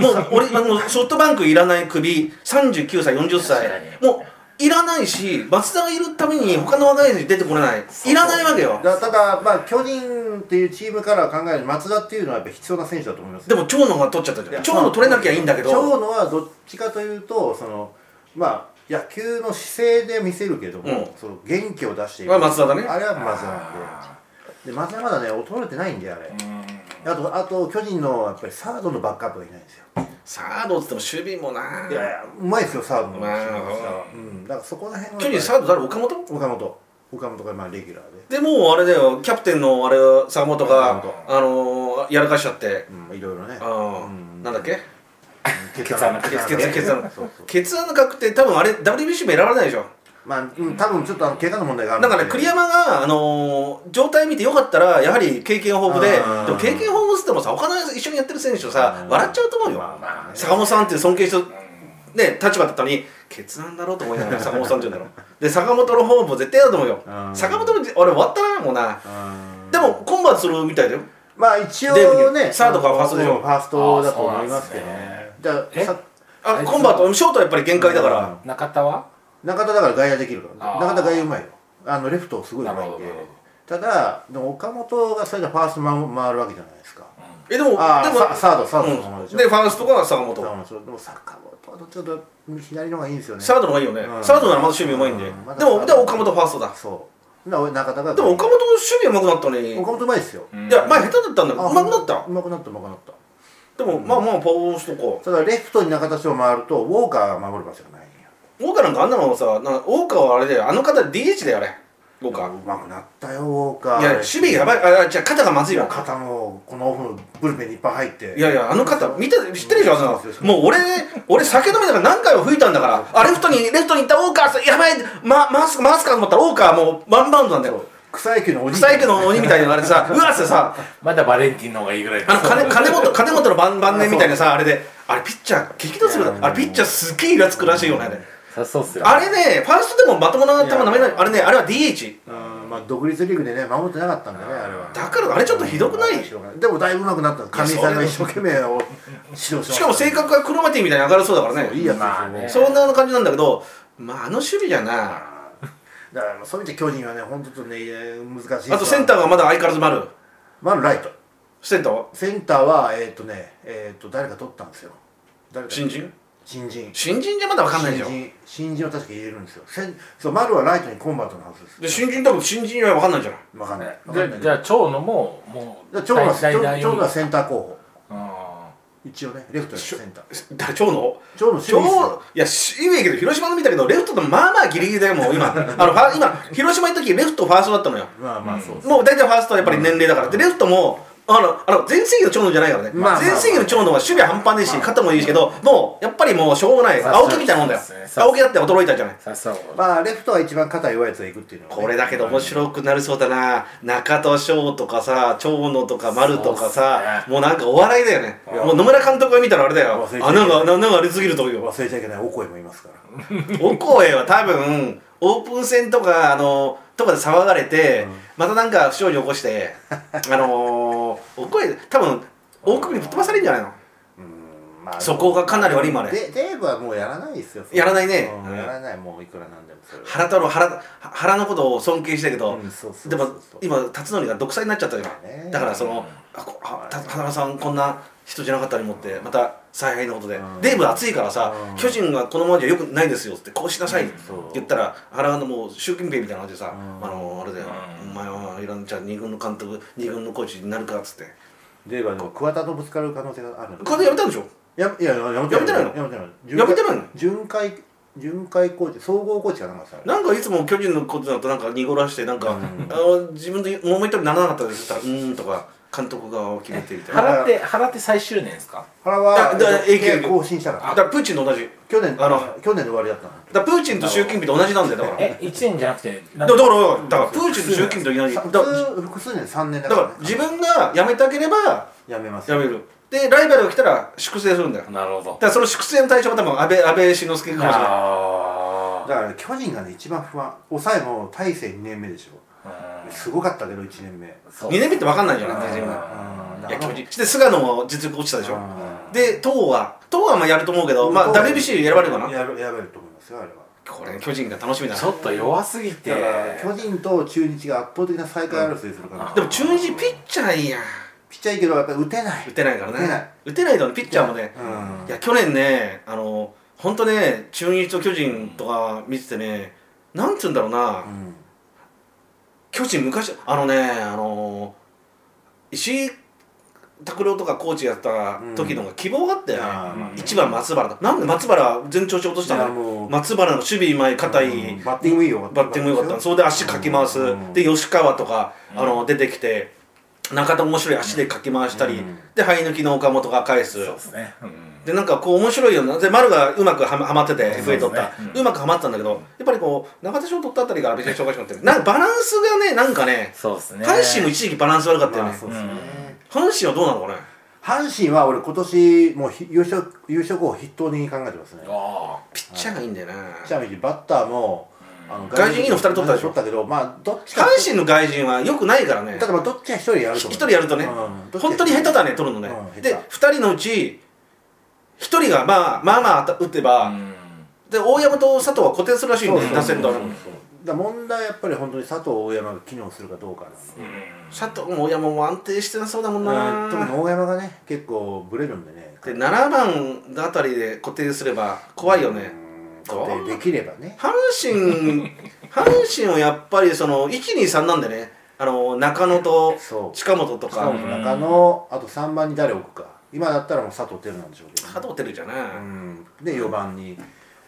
Speaker 2: もう俺あのソフトバンクいらない首39歳40歳
Speaker 3: 確かに
Speaker 2: もういらないし松田がいるために他の若い選手出てこれないいらないわけよ
Speaker 1: だただまあ巨人っていうチームから考える松田っていうのはやっぱ必要な選手だと思います
Speaker 2: でも長野が取っちゃったじゃん長野取れなきゃいいんだけど
Speaker 1: 長野はどっちかというとそのまあ野球の姿勢で見せるけども、
Speaker 2: うん
Speaker 1: その元気を出してい
Speaker 2: まあ松田だね
Speaker 1: あれは松田なんでで松田まだね衰えてないんであれ、あとあと巨人のやっぱりサードのバックアップがいないんですよ
Speaker 2: サードっつっても守備もない
Speaker 1: やいやうまいですよサードの、
Speaker 2: まあ
Speaker 1: うん、だからそこら辺は
Speaker 2: 巨人サード誰岡本
Speaker 1: 岡本岡本がまあレギュラーで
Speaker 2: でもうあれだよキャプテンのあれ坂本があのー、やらかしちゃって、
Speaker 1: うんいろいろね
Speaker 2: あー
Speaker 1: うん
Speaker 2: なんだっけ
Speaker 1: 決
Speaker 3: 血圧
Speaker 2: 血圧血圧
Speaker 1: そうそう
Speaker 2: 血案の確定多分あれ WBC も選ばれないでしょ
Speaker 1: まあ、うん、多分ちょっとあの怪我の問題がある
Speaker 2: だから栗山が、あのー状態見てよかったらやはり経験豊富で
Speaker 1: うん
Speaker 2: でも経験豊富っつってもさ他の一緒にやってる選手とさ
Speaker 1: うん
Speaker 2: 笑っちゃうと思うよ、
Speaker 1: まあまあね
Speaker 2: 坂本さんっていう尊敬した、ね、立場だったのに決断だろうと思いながら坂本さんって言うんだろで坂本の方も絶対だと思うよ
Speaker 1: うん
Speaker 2: 坂本も俺終わったなもうな
Speaker 1: うん
Speaker 2: でもコンバートするみたいだよ
Speaker 1: まあ一
Speaker 2: デ
Speaker 1: 応
Speaker 2: ー
Speaker 1: ね
Speaker 2: ブサードかファーストでしょ
Speaker 1: うんファーストだと思いますけど
Speaker 3: あ
Speaker 1: ねじゃあ
Speaker 3: え
Speaker 1: さあ
Speaker 2: あ
Speaker 1: いつ
Speaker 2: コンバートショートはやっぱり限界だか
Speaker 1: うん
Speaker 2: ら
Speaker 3: 中田は
Speaker 1: 中田だから外野できるから
Speaker 3: あー
Speaker 1: 中田外野うまいよあのレフトすごいうまいんで
Speaker 3: なるほどなるほ
Speaker 1: ただでも岡本がそれでファースト回回るわけじゃないですか
Speaker 2: えでもでも
Speaker 1: あーササードサードの方
Speaker 2: うん
Speaker 1: でしょ
Speaker 2: でファーストが坂本
Speaker 1: そうなんですよでも坂本はちょっと左の方がいいんですよね
Speaker 2: サードの方がいいよね
Speaker 1: うん
Speaker 2: サードならまだ守備うまいんで
Speaker 1: うんまだ
Speaker 2: でもでも岡本ファーストだ
Speaker 1: そうな中田が
Speaker 2: でも岡本の守備上手くなったのに
Speaker 1: 岡本うまいですよ
Speaker 3: う
Speaker 2: い
Speaker 3: ん
Speaker 2: や前下手だったんだよ
Speaker 1: あ
Speaker 2: 上手くなった
Speaker 1: うまくなったうまくなった
Speaker 2: でもまあまあパワーしとこ
Speaker 1: ただレフトに中田翔回るとウォーカーが守る場所がないんや
Speaker 2: うウォーカーなんかあんなのさなウォーカーはあれだよあの方 DH だよあれウォーカ
Speaker 1: うまくなったよウォーカー
Speaker 2: ーいや守備やばいあじゃあ肩がまずいわ
Speaker 1: 肩もこのオフのブルペンにいっぱい入って
Speaker 2: いやいや、あの方、見て、知ってるでしょ、あ
Speaker 1: そ
Speaker 2: の
Speaker 1: うそうそう
Speaker 2: もう俺、俺酒飲みながら何回も吹いたんだから、あ、レフトに、レフトに行った、オーカーさん、やばい、ま、回す、回すかと思ったら、オーカーもうワンバウンドなんだよ。
Speaker 1: 草野球のおじい
Speaker 2: 草野球の鬼みたいなのあれでさ、うわっってさ、
Speaker 3: まだバレンティンの方がいいぐらい
Speaker 2: あの金、金本、金本の晩晩年みたいなさ、あれで、あれピッチャー、激怒する
Speaker 1: い、や
Speaker 2: あれピッチャーすっげえイラつくらしいよね、あれ。
Speaker 3: さそうっすよ。
Speaker 2: あれね、ファーストでもまともな球投めない、あれね、あれは DH。
Speaker 1: うんまあ独立リーグでね守ってなかったんだねあれは
Speaker 2: だから、あれちょっとひどくない
Speaker 1: でもだいぶうまくなった上井さんが
Speaker 2: いや
Speaker 1: 一生懸命を指導しました
Speaker 2: しかも性格がクロマティみたいに明るそうだから
Speaker 1: いい
Speaker 2: ね。
Speaker 1: やつ
Speaker 3: まあ
Speaker 1: で
Speaker 3: ね
Speaker 1: す
Speaker 2: そ
Speaker 1: よね
Speaker 2: んな感じなんだけど、まあ、あの守備じゃな。
Speaker 1: だからそういう意味で巨人はね本当ちょっとね難しい
Speaker 2: あとセンタ
Speaker 1: ー
Speaker 2: ーがまだ相変わらず丸。
Speaker 1: まずライト
Speaker 2: センターは
Speaker 1: センターはえっ、とねえっ、と誰か取ったんですよ誰か
Speaker 2: 新人
Speaker 1: 新人
Speaker 2: 新人じゃまだ分かんないでしょ
Speaker 1: 新人新人を確か入れるんですよせんそう丸はライトにコンバートのはずです
Speaker 2: で新人多分新人は分かんないじゃない
Speaker 1: わかんないわかんな
Speaker 3: で
Speaker 1: い
Speaker 3: じゃあ、蝶野も、もう、
Speaker 1: 長野は
Speaker 3: 大
Speaker 1: 長
Speaker 3: 大大
Speaker 1: 長野はセンター候補
Speaker 3: うん
Speaker 1: 一応ねレフトにセンター
Speaker 2: だ長野
Speaker 1: 長野守備
Speaker 2: 長
Speaker 1: ですよ
Speaker 2: いや守備いいけど広島の見たけどレフトとまあまあギリギリだよも う今あのファ今広島行った時レフトファーストだったのよ
Speaker 1: まあまあそうです、
Speaker 2: もう大体ファーストはやっぱり年齢だからでレフトもあのあの前世紀の長野じゃないからね、
Speaker 1: まあまあ
Speaker 2: 前世紀の長野は守備半端ねえし、肩もいいしけどもうやっぱりもうしょうがない
Speaker 3: まあ
Speaker 2: 青木みたいなもんだよ、
Speaker 3: そうですね
Speaker 2: 青木だって衰えたじゃない
Speaker 3: さそう。
Speaker 1: まあレフトは一番肩弱いやつがいくっていうのはね、
Speaker 2: これだけど面白くなりそうだな中田翔とかさ長野とか丸とか
Speaker 3: そうっ
Speaker 2: さ
Speaker 3: す
Speaker 2: もうなんかお笑いだよね
Speaker 1: いや
Speaker 2: もう野村監督が見たらあれだよ
Speaker 1: 忘れちゃいけない
Speaker 2: 穴が穴がありすぎると思うよ
Speaker 1: 忘れちゃいけないお声もいますから
Speaker 2: お声は多分オープン戦とかあのとかで騒がれて、またなんか不祥事起こして あのー、お声多分大首にぶっ飛ばされるんじゃないの
Speaker 1: うんまあ
Speaker 2: そこがかなり悪いもんあれ
Speaker 1: でデーブはもうやらないですよ
Speaker 2: やらないね
Speaker 1: うん
Speaker 2: うん
Speaker 1: やらないもういくらなんでもそれは
Speaker 2: 原太郎原原のことを尊敬してるけど、
Speaker 1: うんそうそう
Speaker 2: で
Speaker 1: そう
Speaker 2: も今辰則が独裁になっちゃったじゃん、
Speaker 1: ね
Speaker 2: だからそのあこあた花村さんこんな人じゃなかったにもってまた采配のことで、
Speaker 1: うん
Speaker 2: デーブ熱いからさ、
Speaker 1: うん
Speaker 2: 巨人がこのままじゃよくないですよってこうしなさいって
Speaker 1: そう
Speaker 2: 言ったら原のもう習近平みたいな感じでさ、
Speaker 1: うん
Speaker 2: あのあれだよ、
Speaker 3: うん
Speaker 2: お前はいらんちゃん二軍の監督二軍のコーチになるかっつって
Speaker 1: デーブはでも桑田とぶつかる可能性があるんで
Speaker 2: これでやめたんでしょ
Speaker 1: やいややめ
Speaker 2: やめてないの
Speaker 1: やめてない
Speaker 2: やめてないの
Speaker 1: 巡回巡回巡回コーチ総合コーチかなんかさ
Speaker 2: なんかいつも巨人のことだとなんか濁らしてなんか、あの自分で思い通りにならなかったですたらうーんとか監督が決めてみたいなだ
Speaker 3: 払って払って最終年ですか
Speaker 1: 原は
Speaker 2: だ
Speaker 1: えっ
Speaker 2: だ
Speaker 1: と
Speaker 2: 永久
Speaker 1: 契約更新したから
Speaker 2: からプーチンと同じ
Speaker 1: 去年
Speaker 2: あの
Speaker 1: 去年で終わりだったの
Speaker 2: だからプーチンと習近平と同じなんだよだから
Speaker 3: え一1年じゃなくてな
Speaker 2: だ
Speaker 3: ん
Speaker 2: からだからだからプーチンと習近平と同じ
Speaker 1: さ
Speaker 2: だだ
Speaker 1: 普通複数年3年だか,、
Speaker 2: からら自分が辞めたければ
Speaker 1: やめます
Speaker 2: 辞めるでライバルが来たら粛清するんだよだか
Speaker 3: なるほど
Speaker 2: らその粛清の対象が多分安倍安倍晋之助かもしれない
Speaker 3: あ
Speaker 1: だから巨人がね一番不安抑えも大勢2年目でしょ
Speaker 3: あ
Speaker 1: すごかったけど1年目うん
Speaker 3: そ
Speaker 2: 2
Speaker 3: う
Speaker 2: 年目って分かんないじゃない
Speaker 3: うん
Speaker 2: 自分がい
Speaker 1: だ
Speaker 2: や
Speaker 1: から
Speaker 2: 巨人で菅野も実力落ちたでしょで党は党はまあやると思うけど、まあ、
Speaker 1: 東亜
Speaker 2: WBC 選ばれるかな
Speaker 1: やるやめると思いますよあれは
Speaker 2: これ巨人が楽しみだ
Speaker 3: ちょっと弱すぎて
Speaker 1: だから巨人と中日が圧倒的な最下位争いするから、
Speaker 2: でも中日ピッチャーいいやん
Speaker 1: ピッチャーいいけどやっぱり打てない
Speaker 2: 打てないからね
Speaker 1: 打てない
Speaker 2: 打てないとねピッチャーもね
Speaker 1: うん
Speaker 2: いや去年ねあの本当ね中日と巨人とか見ててねなんつうんだろうな、
Speaker 1: うん
Speaker 2: 巨人昔あのねあの石井拓郎とかコーチやった時の方が希望があったよね、
Speaker 1: あーまあ
Speaker 3: うん
Speaker 2: 一番松原だなんで松原全調子落とした
Speaker 1: いやも
Speaker 2: の
Speaker 1: う
Speaker 2: 松原の守備前硬い、
Speaker 1: うんバッティングもいいよ
Speaker 2: バッティングも良かったのそれで足かき回す、
Speaker 1: うん
Speaker 2: で吉川とか、あの出てきて中田面白い足でかき回したり、
Speaker 1: うん
Speaker 2: で生え抜きの岡本が返す
Speaker 3: そうですねうん
Speaker 2: でなんかこう面白いようなで丸がうまくはまはまってて
Speaker 3: そ
Speaker 2: FA
Speaker 3: うですね
Speaker 2: 取った
Speaker 3: うん
Speaker 2: うまくはまってたんだけどやっぱりこう中田賞取ったあたりから別におかしくなってるなんかバランスがねなんかね
Speaker 3: そうですね
Speaker 2: 阪神も一時期バランス悪かったよ
Speaker 1: ま
Speaker 2: ね、
Speaker 1: あそうですね
Speaker 2: 阪神はどうなのかね
Speaker 1: 阪神は俺今年もうひ優勝優勝候補筆頭に考えてますね
Speaker 3: あ
Speaker 2: ピッチャーがいいんだよね
Speaker 1: ちなみにバッターもあの
Speaker 2: 外人いいの二人取ったでしょ
Speaker 1: 取ったけどまあどっち
Speaker 2: 阪
Speaker 1: か
Speaker 2: 神の外人はよくないからね
Speaker 1: だからどっちか一人やると
Speaker 2: 一
Speaker 1: 思う
Speaker 2: 人やるとね、
Speaker 1: うん
Speaker 2: 本当に下手だね取るのね、
Speaker 1: うん
Speaker 2: で
Speaker 1: 下手
Speaker 2: 2人のうち1人がまあまあまあ打て
Speaker 3: あ
Speaker 2: ば、
Speaker 3: うん
Speaker 2: で大山と佐藤は固定するらしいん
Speaker 1: そう
Speaker 2: で
Speaker 1: そう
Speaker 2: す
Speaker 1: そう
Speaker 2: 打線と
Speaker 1: そうそうだから問題はやっぱり本当に佐藤大山が機能するかどうかなんで
Speaker 3: うん
Speaker 2: 佐藤も大山も安定してなそうだもんな、
Speaker 1: うん特に大山がね結構ブレるんでね
Speaker 2: で7番のあたりで固定すれば怖いよね、どう
Speaker 1: うんでできればね
Speaker 2: 阪 神阪神はやっぱりその123なんでねあの中野と
Speaker 1: そう
Speaker 2: 近本と
Speaker 1: 近
Speaker 2: か
Speaker 1: 本中野あと3番に誰置くか今だったらもう佐藤輝なんでしょうけどね
Speaker 2: 佐藤輝じゃない、
Speaker 1: うんで4番に、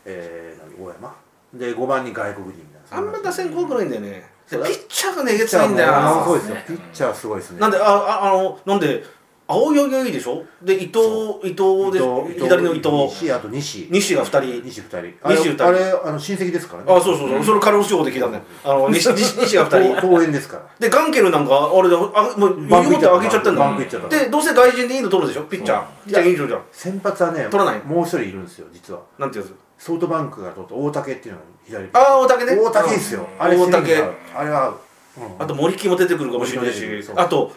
Speaker 1: えー、何大山で5番に外国人みた
Speaker 2: あ
Speaker 1: い
Speaker 2: ん
Speaker 1: な
Speaker 2: ま打線怖くないんだよねで
Speaker 1: そうだ
Speaker 2: ピッチャーがねえげ
Speaker 1: ピッ
Speaker 2: つ
Speaker 1: チャ
Speaker 2: ない
Speaker 1: ー
Speaker 2: ん
Speaker 1: も
Speaker 2: だよな
Speaker 1: そうですよ
Speaker 3: そうです
Speaker 1: ピ
Speaker 3: ね
Speaker 1: ッチャーすごいですね
Speaker 2: なんで、あ、あ、あの、なんで、青柳がいいでしょで、伊藤、伊藤で、左の伊藤、
Speaker 1: 西あと西
Speaker 2: 西が二人。
Speaker 1: 西二人あれ
Speaker 2: 西二人
Speaker 1: あれあの親戚ですからね
Speaker 2: あ、そうそうそう、それカルロス地方で聞いたんだよ。あの、西、西西が二人。
Speaker 1: 遠遠縁ですから
Speaker 2: で、ガンケルなんか、あれで、あ、もう、
Speaker 1: バン
Speaker 2: 言
Speaker 1: ク
Speaker 2: う
Speaker 1: 行
Speaker 2: こ
Speaker 1: っちゃった
Speaker 2: と上げちゃってん
Speaker 1: バンク行
Speaker 2: だ
Speaker 1: っちゃった
Speaker 2: で、どうせ外人でいいの取るでしょピッチャー。
Speaker 1: うん
Speaker 2: じゃあ、いいのじゃん。
Speaker 1: 先発はね
Speaker 2: 取らない
Speaker 1: もう一人いるんですよ実は
Speaker 2: なんていうやつ
Speaker 1: ソフトバンクが取った大竹っていうのが左ピッチャー
Speaker 2: ああ、大竹ね。
Speaker 1: 大竹ですよ
Speaker 3: うん
Speaker 1: あれ
Speaker 2: 大竹
Speaker 1: セリフがあれは合う
Speaker 2: うん。あと、森木も出てくるかもしれない
Speaker 1: 森木も出て
Speaker 2: し
Speaker 1: く、るそう
Speaker 2: あと、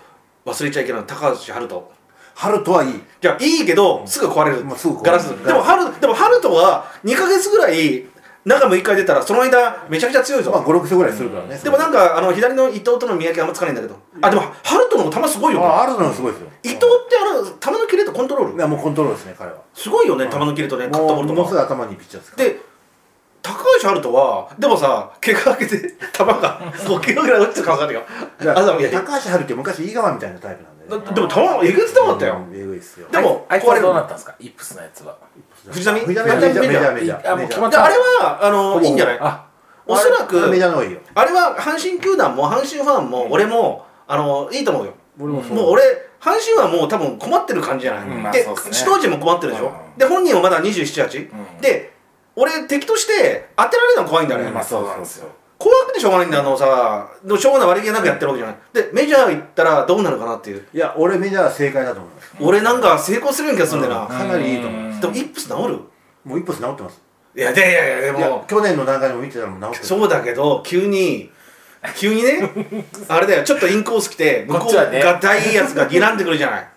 Speaker 2: 忘れちゃいけない、高橋春人。
Speaker 1: 春とはいい
Speaker 2: いや、いいけど、すぐ壊れる。
Speaker 1: まあすぐ壊れる
Speaker 2: ガラス。でも、春、でも、春とは、2ヶ月ぐらい、中6日出たら、その間、めちゃくちゃ強いぞ。
Speaker 1: まあ56勝ぐらいするからね
Speaker 2: でもなんかあの左の伊藤との見分けあんまつかないんだけどあでもハルトの方が球すごいよね
Speaker 1: ああるのすごいですよ
Speaker 2: 伊藤ってあの球の切れとコントロー
Speaker 1: い
Speaker 2: ル
Speaker 1: やもうコントロールですね彼は
Speaker 2: すごいよね球の切れとねカットボ
Speaker 1: も
Speaker 2: ー
Speaker 1: う
Speaker 2: ル
Speaker 1: も
Speaker 2: と
Speaker 1: のすご
Speaker 2: か
Speaker 1: い頭にいいピッチャーですから
Speaker 2: で高橋ハルトはでもさ怪我明けて 球が5キロぐらい落ちてるか分かるよ
Speaker 1: だ
Speaker 2: あ
Speaker 1: か
Speaker 2: でもい
Speaker 1: ら
Speaker 2: や
Speaker 1: 高橋春って昔井川みたいなタイプなんでね
Speaker 2: だでも球はえぐつなかったよ
Speaker 1: うんえぐいっすよ
Speaker 2: でも
Speaker 3: あいつは
Speaker 2: 壊れる
Speaker 3: どうなったんですかイップスのやつは
Speaker 2: 藤浪
Speaker 1: メジャーメジャーメジャーメジャ
Speaker 3: あ
Speaker 1: ー
Speaker 3: もう
Speaker 1: メジ
Speaker 3: 決
Speaker 1: ャ
Speaker 3: ま
Speaker 1: ー
Speaker 3: っ
Speaker 2: であれはあ
Speaker 1: ほ
Speaker 2: の
Speaker 1: ぼ
Speaker 2: いいんじゃない
Speaker 3: あ
Speaker 2: おそら
Speaker 1: あれメジャー
Speaker 2: く
Speaker 1: の方がいいよ
Speaker 2: あれは阪神球団も阪神ファンも俺もあのいいと思うよ
Speaker 1: 俺もそう
Speaker 2: もう俺阪神はもう多分困ってる感じじゃない、
Speaker 3: うんまあ
Speaker 2: で
Speaker 3: そうっすね
Speaker 2: 首脳陣も困ってるでしょ、
Speaker 3: うん
Speaker 2: で本人はまだ278、
Speaker 3: うん
Speaker 2: で俺敵として当てられるの怖いんだよね、
Speaker 1: うん
Speaker 3: まあそうなんですよ
Speaker 2: 怖くてしょうがないんだよあのさでもしょうがない割り切れなくやってるわけじゃないでメジャー行ったらどうなるかなっていう
Speaker 1: いや俺メジャー正解だと思います
Speaker 2: 俺なんか成功するような気がするんだよ
Speaker 1: う
Speaker 2: な、
Speaker 1: かなりいいと思います
Speaker 2: でもイップス治る
Speaker 1: もう一歩治ってます
Speaker 2: いやでいやいやで
Speaker 1: いや
Speaker 2: も
Speaker 1: 去年の段階でも見てたらもう治ってる
Speaker 2: そうだけど急 に急にねあれだよちょっとインコース来て向
Speaker 3: こ
Speaker 2: こ
Speaker 3: っ
Speaker 2: う
Speaker 3: ちはね
Speaker 2: が大いいやつが睨んでくるじゃない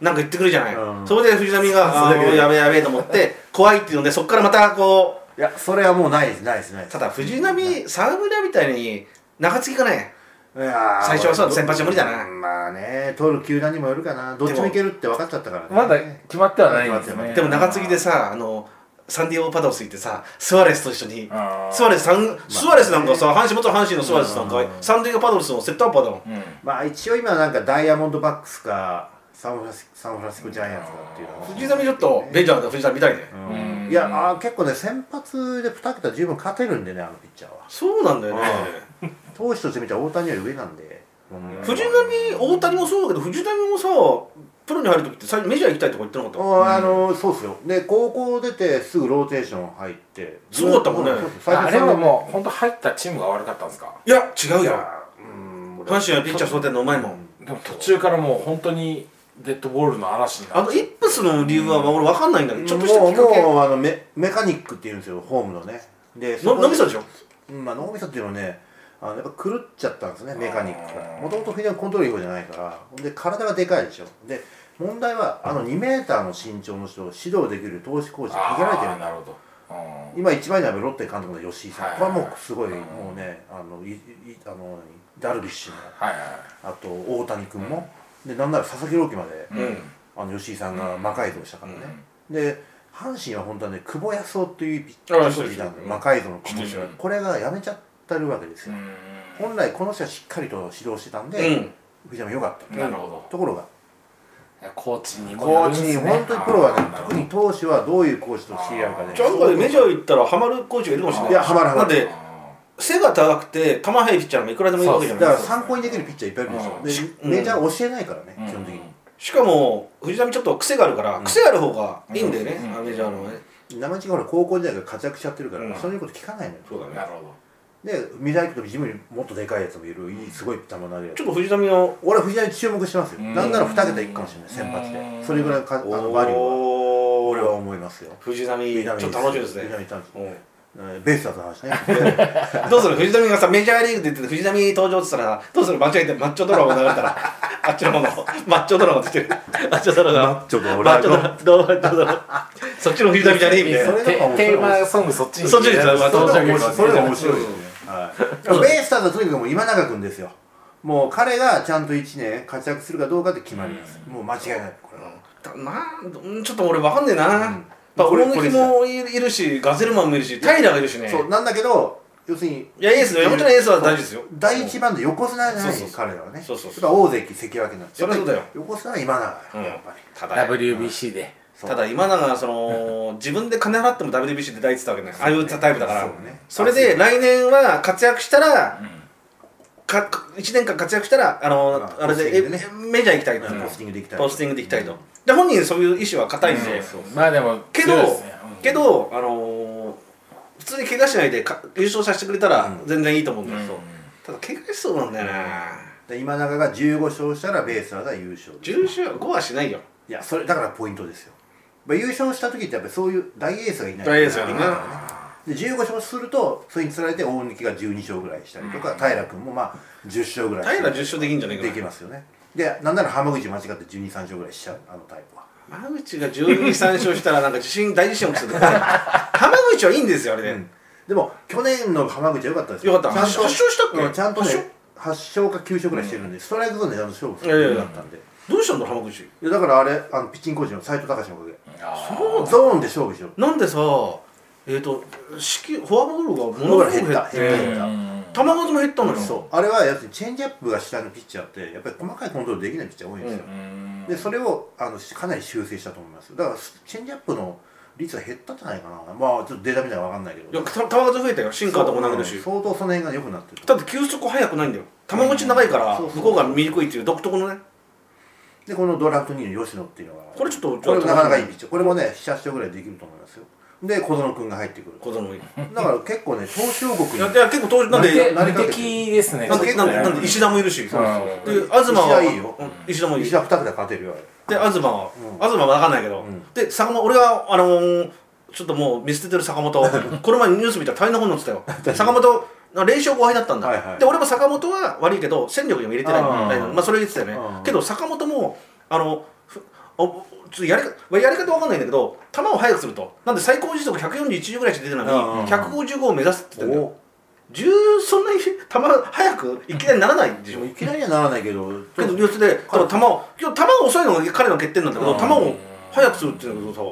Speaker 2: なんか言ってくるじゃない、
Speaker 1: うん
Speaker 2: それで藤波が「あ
Speaker 1: それだけで
Speaker 2: ーやべえやべえ」と思って怖いっていうのでそっからまたこ
Speaker 1: いやそれはもうないですないですないで
Speaker 2: う
Speaker 1: す
Speaker 2: ただ藤波沢村みたいに中継ぎかね
Speaker 1: いやー
Speaker 2: 最初はそう先発じゃ無理だな
Speaker 1: うんまあね取る球団にもよるかなどっちもいけるって分かっちゃったからね
Speaker 3: まだ決まってはないんですね
Speaker 2: でも中継ぎですさあのサンディオパドス行ってさスアレスと一緒にス
Speaker 3: そ
Speaker 2: アレスさんスアレスなんかさ阪神元阪神のスアレスなんかサンディオパドレスのセットアッパーだもん
Speaker 3: うんうん
Speaker 1: まあ一応今なんかダイヤモンドバックスかサンフランシサンフランシスコジャイアンツかっていうのは
Speaker 2: 藤波ちょっとベンジャーの藤波見たいね
Speaker 1: う
Speaker 3: うん
Speaker 1: んいやあー結構ね先発で2桁十分勝てるんでねあのピッチャーは
Speaker 2: そうなんだよね
Speaker 1: 投手として見たら大谷より上なんで、うん
Speaker 2: 藤浪大谷もそうだけど藤浪もさプロに入る時って最初メジャー行きたいとか言ってなかった
Speaker 1: ああのそうっすよで高校出てすぐローテーション入って
Speaker 2: そうだったもんね
Speaker 1: そうそう最
Speaker 3: あ
Speaker 1: 初
Speaker 3: れは
Speaker 1: う
Speaker 3: もう本当入ったチームが悪かったんですか
Speaker 2: いや違うよ
Speaker 1: うん俺
Speaker 2: 阪神はピッチャー育てるのうまいもん
Speaker 3: でも途中からもう本当にデッドボールの嵐にな
Speaker 2: あ
Speaker 3: っ
Speaker 2: の
Speaker 3: て
Speaker 2: イップスの理由は俺分かんないんだけどちょっとした
Speaker 1: も
Speaker 2: き
Speaker 1: う
Speaker 2: っかけ
Speaker 1: もうあのメメカニックっていうんですよホームのねでそこ
Speaker 2: の飲みそうでしょ
Speaker 1: うんまあ、脳みそっていうのはねあのやっぱ狂っちゃったんですねメカニックがもともと非常にコントロールいい方じゃないからで体がでかいでしょで問題はあの2メーターの身長の人を指導できる投資コーチに限られてる
Speaker 3: あ
Speaker 1: ん
Speaker 3: ー
Speaker 1: だ
Speaker 3: なるほどうん
Speaker 1: 今一番になるロッテ監督の吉井さん、
Speaker 3: はい
Speaker 1: これはもうすごい、
Speaker 3: うん
Speaker 1: もうねあのいいあのダルビッシュも
Speaker 3: はいはい
Speaker 1: あと大谷君も、でなんなら佐々木朗希まで、
Speaker 3: うん
Speaker 1: あの吉井さんが魔改造したからね、で阪神は本当はね久保康夫というピッチャー
Speaker 2: あ
Speaker 1: が
Speaker 2: そうで
Speaker 1: い
Speaker 2: す
Speaker 1: たんで魔改造の久保
Speaker 3: 知ってる
Speaker 1: これがやめちゃってるわけです
Speaker 3: う
Speaker 1: よ、
Speaker 3: ん
Speaker 1: 本来この人はしっかりと指導してたん
Speaker 2: う
Speaker 1: で、
Speaker 2: ん
Speaker 1: 藤山良かった、
Speaker 3: なるほど
Speaker 1: ところが
Speaker 3: いやコーチに
Speaker 1: コーチに本当にプロはね
Speaker 3: あー
Speaker 1: 特に投手はどういうコーチと知り合うかね
Speaker 2: じゃあ、でメジャー行ったらハマるコーチがいるかもしれない
Speaker 1: いやハマるハマる
Speaker 2: だって背が高くて球速いピッチャーがいくらでもいるわけじゃ
Speaker 1: だ
Speaker 2: な
Speaker 1: か
Speaker 2: い
Speaker 1: ら参考にできるピッチャーいっぱいいるでしょ、
Speaker 2: うん
Speaker 1: でメジャーは教えないからね、
Speaker 3: うん
Speaker 1: 基本的に、
Speaker 2: しかも藤浪ちょっと癖があるから、癖がある方がいいんだよね、
Speaker 3: うん
Speaker 2: あのメジャーのね
Speaker 1: 生地がほら高校時代から活躍しちゃってるから、
Speaker 2: うん
Speaker 1: そういうこと聞かないのよ
Speaker 2: そうだ
Speaker 3: な
Speaker 2: ね
Speaker 3: るほど
Speaker 1: で未来行くとジムにもっとでかいやつもいるいいすごい球投げるや
Speaker 2: ち
Speaker 1: つ
Speaker 2: ょっと藤浪の
Speaker 1: 俺は藤浪に注目してますよ、
Speaker 3: うん
Speaker 1: なんなら2桁いくかもしれない先発
Speaker 3: う
Speaker 1: で
Speaker 3: ん
Speaker 1: それぐらいのかあのバリューは
Speaker 2: お
Speaker 1: 俺
Speaker 2: ー
Speaker 1: は思いますよ
Speaker 2: 藤浪ちょっと楽しみですね
Speaker 1: いたんです
Speaker 2: うん
Speaker 1: うんベイスターズの話ね
Speaker 2: どうする藤浪がさメジャーリーグで出て藤浪登場って言ったらどうする間違えてマッチョドラゴン流れた らあっちの方のマッチョドラゴンって言ってるマッチョドラゴン
Speaker 1: マッチョと
Speaker 2: マッチョドラゴンマッチョドラゴンそっちの藤浪じゃねえみたい
Speaker 1: そ
Speaker 2: な
Speaker 1: れなんかもう
Speaker 3: テテーマソングそっちに
Speaker 2: そっちにした
Speaker 3: そっち
Speaker 1: それが面
Speaker 3: に
Speaker 1: 白いそれが面白いですよね、はい、ベイスターズはとにかくもう今永君ですよもう彼がちゃんと1年活躍するかどうかで決まります、もう間違いないこれは
Speaker 2: たなんうんちょっと俺わかんねえな、
Speaker 1: うん
Speaker 2: やっぱ
Speaker 1: これ
Speaker 2: 大
Speaker 1: これ
Speaker 2: 貫もいるしガゼルマンもいるし平良がいるしね
Speaker 1: そうなんだけど要するに
Speaker 2: いやエースの山本のエースは大事ですよ
Speaker 1: 第一番で横綱じゃない
Speaker 2: そうそうそう
Speaker 1: 彼らはね
Speaker 2: そうそうそう
Speaker 1: やっぱ大関関脇なんです
Speaker 2: そりゃそうだよ
Speaker 1: 横綱は今永、
Speaker 2: うん
Speaker 1: やっぱり
Speaker 2: ただ
Speaker 3: WBC で
Speaker 1: そう
Speaker 2: ただ今永はその自分で金払っても WBC で第一ってわけないああいうタイプだから
Speaker 1: そうね
Speaker 2: それで来年は活躍したらか1年間活躍したらあの
Speaker 1: まあ
Speaker 2: あれ
Speaker 1: ポ
Speaker 2: で
Speaker 1: スティングでね
Speaker 2: えメジャー行きたいと
Speaker 1: ポスティングできたり
Speaker 2: ポスティングで行きたいとで本人そういう意思は固いんで
Speaker 3: うんまあでも
Speaker 2: けど
Speaker 3: 強いですねうん
Speaker 2: けどあのー普通に怪我しないでか優勝させてくれたら
Speaker 1: うん
Speaker 2: 全然いいと思うんだ
Speaker 3: うん
Speaker 2: よただ怪我しそうなんだよね
Speaker 1: で今永が15勝したらベースターズが優勝です
Speaker 2: 重賞5はしないよ
Speaker 1: いやそれだからポイントですよまあ優勝した時ってやっぱりそういう大エースがいない
Speaker 2: 大エースがいない
Speaker 1: 今永はねで15勝するとそれにつられて大貫が12勝ぐらいしたりとか、平君もまあ10勝ぐらい
Speaker 2: 平良10勝できんじゃないか
Speaker 1: で
Speaker 2: な
Speaker 1: きますよねでなんなら浜口間違って12、3勝ぐらいしちゃうあのタイプは
Speaker 2: 浜口が12、3勝したらなんか地震、大地震起きそう だ浜口はいいんですよ、あれで。
Speaker 1: うんでも去年の浜口は良かったです
Speaker 2: よかっ
Speaker 1: ち
Speaker 2: た。
Speaker 1: ゃん
Speaker 2: 発
Speaker 1: と
Speaker 2: 症したっけ、
Speaker 1: うんちゃんとね
Speaker 2: 発症
Speaker 1: 8勝か9勝ぐらいしてるんで、ストライクゾーンでちゃんと勝負するようになったんで、
Speaker 2: どうしたんだ、浜口。
Speaker 1: いやだからあれあのピッチングコーチの斎藤隆のおかげ
Speaker 3: あー
Speaker 1: ゾーンで勝負しよう
Speaker 2: なんでさ、えっ、ー、と、式フォアボールがも
Speaker 1: ボー
Speaker 2: の
Speaker 1: ル
Speaker 2: す
Speaker 1: 減
Speaker 2: ご
Speaker 1: っ
Speaker 2: く
Speaker 1: た減
Speaker 2: 減っ
Speaker 1: った
Speaker 2: て、
Speaker 1: 減った、
Speaker 2: 球数も減ったのよ。
Speaker 1: そうあれはやつチェンジアップが下のピッチャーってやっぱり細かいコントロールできないピッチャー多いんですよ、
Speaker 3: うん
Speaker 1: でそれをあのかなり修正したと思いますだからチェンジアップの率は減ったんじゃないかなまあちょっとデータ見たら分かんないけど
Speaker 2: いや、た球数増えたよ。シンカーとも投げるし
Speaker 1: うん。相当その辺が良くなってる
Speaker 2: だって球速速くないんだよ。球持ち長いから、
Speaker 1: うんそうそう
Speaker 2: 向こうが見にくいっていう独特のね。
Speaker 1: でこのドラフト2位の吉野っていうのが
Speaker 2: これちょっと、
Speaker 1: これもなかなかいいピッチャーこれもね7勝ぐらいできると思いますよで小園君が入ってくる
Speaker 2: 小園いい。
Speaker 1: だから結構ね投手王国
Speaker 2: い
Speaker 1: に
Speaker 2: や、いや結構当時、なん
Speaker 3: 無
Speaker 2: で、
Speaker 1: な
Speaker 2: なんん
Speaker 1: で
Speaker 3: 敵無敵です
Speaker 2: で、
Speaker 3: ね
Speaker 1: 結
Speaker 2: な
Speaker 1: 構
Speaker 2: ん
Speaker 1: ね
Speaker 2: で、なんで石田もいるし。で、
Speaker 3: そう
Speaker 1: う
Speaker 3: そ
Speaker 1: ん
Speaker 2: 東
Speaker 1: 石田
Speaker 2: は、
Speaker 1: いいよ
Speaker 2: うん石田もいい
Speaker 1: 石田2桁勝てるよあれ
Speaker 2: で東は、
Speaker 1: うん
Speaker 2: 東は分かんないけど、
Speaker 1: うん
Speaker 2: で坂本俺はあのーちょっともう見捨ててる坂本この前ニュース見たら大変な本に 載ってたよ坂本0勝5敗だったんだ、
Speaker 1: はいはい
Speaker 2: で俺も坂本は悪いけど戦力にも入れてない
Speaker 1: あー
Speaker 2: ないのまあそれ言ってたよね
Speaker 1: あー
Speaker 2: けど坂本もあのふあちょっとやり方やり方わかんないんだけど球を速くするとなんで最高時速141ぐらいしか出てないの
Speaker 1: あ
Speaker 2: に
Speaker 1: ー
Speaker 2: 155を目指すって言ってたんだよ
Speaker 1: お
Speaker 2: 十そんなに球速くいきなりならないでし
Speaker 1: で
Speaker 2: ょ
Speaker 1: もいきなりはならないけど
Speaker 2: けど、要するに、球を、球が遅いのが彼の欠点なんだけど、
Speaker 1: うん
Speaker 2: 球を速くするっていうのがさ、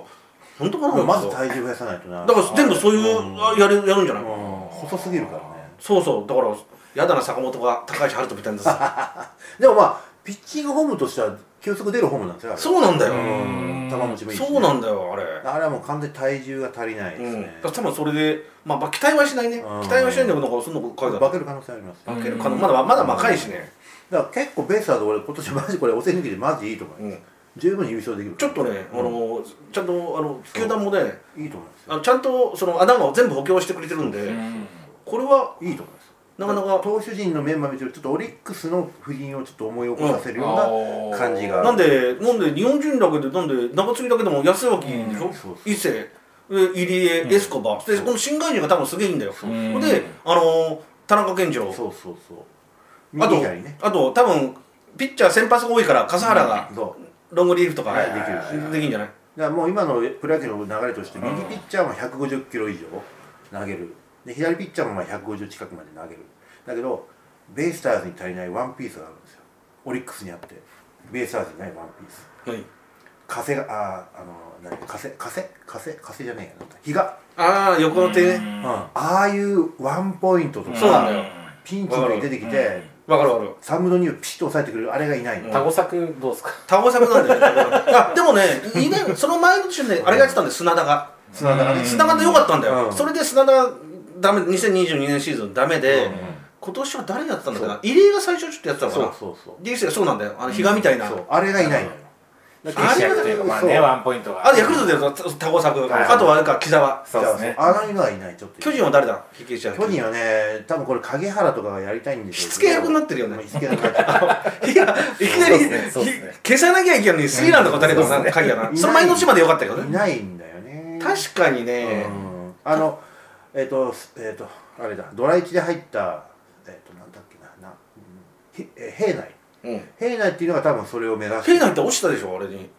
Speaker 2: 本当かな
Speaker 1: まず体重増やさないとな
Speaker 2: だから全部そういう
Speaker 1: うん、
Speaker 2: あやる、やるんじゃない
Speaker 1: うん細すぎるからね
Speaker 2: そうそう、だから、やだな、坂本が高橋遥人みたいなさ。
Speaker 1: でもまあピッチングホームとしては球速出るホームなんですよあれ
Speaker 2: そうなんだよ
Speaker 3: うん
Speaker 1: 球持ちもいいしね、
Speaker 2: そうなんだよあれ
Speaker 1: あれはもう完全に体重が足りないです
Speaker 2: うん、
Speaker 1: ね
Speaker 2: だ、から多分それで、まあ、まあ期待はしないね期
Speaker 1: うん
Speaker 2: 待はしないんだけどなんかそんなこと書いてあ
Speaker 1: 化
Speaker 2: っ
Speaker 1: ける可能性あります
Speaker 2: た
Speaker 1: よ
Speaker 2: 化
Speaker 3: 化
Speaker 2: け
Speaker 3: け
Speaker 2: る
Speaker 3: る
Speaker 2: 可能まだまだ若いしね、
Speaker 1: だから結構ベースだと俺今年マジこれお世辞抜きでマジいいと思います、
Speaker 2: うん、
Speaker 1: 十分に優勝できる
Speaker 2: ちょっとね、あのちゃんとあの
Speaker 1: そう
Speaker 2: 球団もね
Speaker 1: いいと思いますよ
Speaker 2: あのちゃんとその穴を全部補強してくれてるんで、これはい
Speaker 1: いと思います
Speaker 2: なかなか
Speaker 1: 投手陣のメンバー見てるとちょっとオリックスの布陣をちょっと思い起こさせるような、
Speaker 3: よ
Speaker 1: 感じが
Speaker 2: なんでなんで日本人だけでなんで中継ぎだけでも安脇でしょ、
Speaker 1: うんそうそう
Speaker 2: 伊勢で入江、
Speaker 3: うん
Speaker 2: エスコバでこの新外人が多分すげえいいんだよ、
Speaker 3: うん
Speaker 2: であの田中健次郎
Speaker 1: そうそうそう
Speaker 2: あ
Speaker 1: 右
Speaker 2: と
Speaker 1: 左ね
Speaker 2: あと多分ピッチャー先発が多いから笠原が
Speaker 1: そう
Speaker 2: ロングリーフとか
Speaker 1: はい
Speaker 2: でき
Speaker 1: でき
Speaker 2: る
Speaker 1: る
Speaker 2: できるんじゃない
Speaker 1: だからもう今のプロ野球の流れとして
Speaker 3: うん
Speaker 1: 右ピッチャーも150キロ以上投げるで左ピッチャーもまあ150近くまで投げるだけどベイスターズに足りないワンピースがあるんですよオリックスにあってベイスターズにないワンピース
Speaker 2: はい
Speaker 1: 風があーあの何風風風風じゃねえやなんか日が、
Speaker 2: ああ横の手ね
Speaker 1: うんああいうワンポイントとか
Speaker 2: そうなんだよ
Speaker 1: ピンチに出てきて、
Speaker 2: わかるわかる
Speaker 1: サムドニューをピシッと抑えてくれるあれがいないの、
Speaker 3: タゴ作どうですか
Speaker 2: タゴサブなんだよねあでもね2年 その前の年ねあれがやってたんで砂田が
Speaker 1: 砂田がね、
Speaker 3: うん
Speaker 2: 砂田で良かったんだよ、
Speaker 1: うん
Speaker 2: それで砂田がダメ2022年シーズンダメで、
Speaker 1: うん
Speaker 2: 今年は誰やってたんだっけな入江が最初ちょっとやってたのか
Speaker 1: そう
Speaker 2: な
Speaker 1: そうそう
Speaker 2: DS がそうなんだよあの比嘉みたいな、
Speaker 1: そうあれがいないのよ
Speaker 3: 決着というか、まあね、ワンポイントが。
Speaker 2: あとヤクルトで言うとタゴサブ、
Speaker 3: はい
Speaker 2: あとはあれか木澤
Speaker 3: そうですね。
Speaker 1: あの犬はいないちょっと
Speaker 2: 巨人は誰だ引き消しちゃう
Speaker 1: 巨人はね多分これ影原とかがやりたいんでしょう
Speaker 2: しつけ役になってるよね
Speaker 1: もうしつけ役になっちゃ
Speaker 2: いや、いきなり、
Speaker 3: そうですねそうですね
Speaker 2: ひ消さなきゃいけないのに、スリーランとか誰か
Speaker 3: そう
Speaker 2: さ、
Speaker 3: ですね
Speaker 2: 鍵だな。
Speaker 1: う
Speaker 2: その前の年までよかったけど
Speaker 1: い
Speaker 2: ね。
Speaker 1: ないんだよね
Speaker 2: 確かにね、
Speaker 1: うんあのえっ、とえっ、とあれだドラ1で入ったえっ、となんだっけななひえー平内
Speaker 2: うん。
Speaker 1: 平内っていうのが多分それを目指して
Speaker 2: ペイなんて落ちたでしょ、あれに。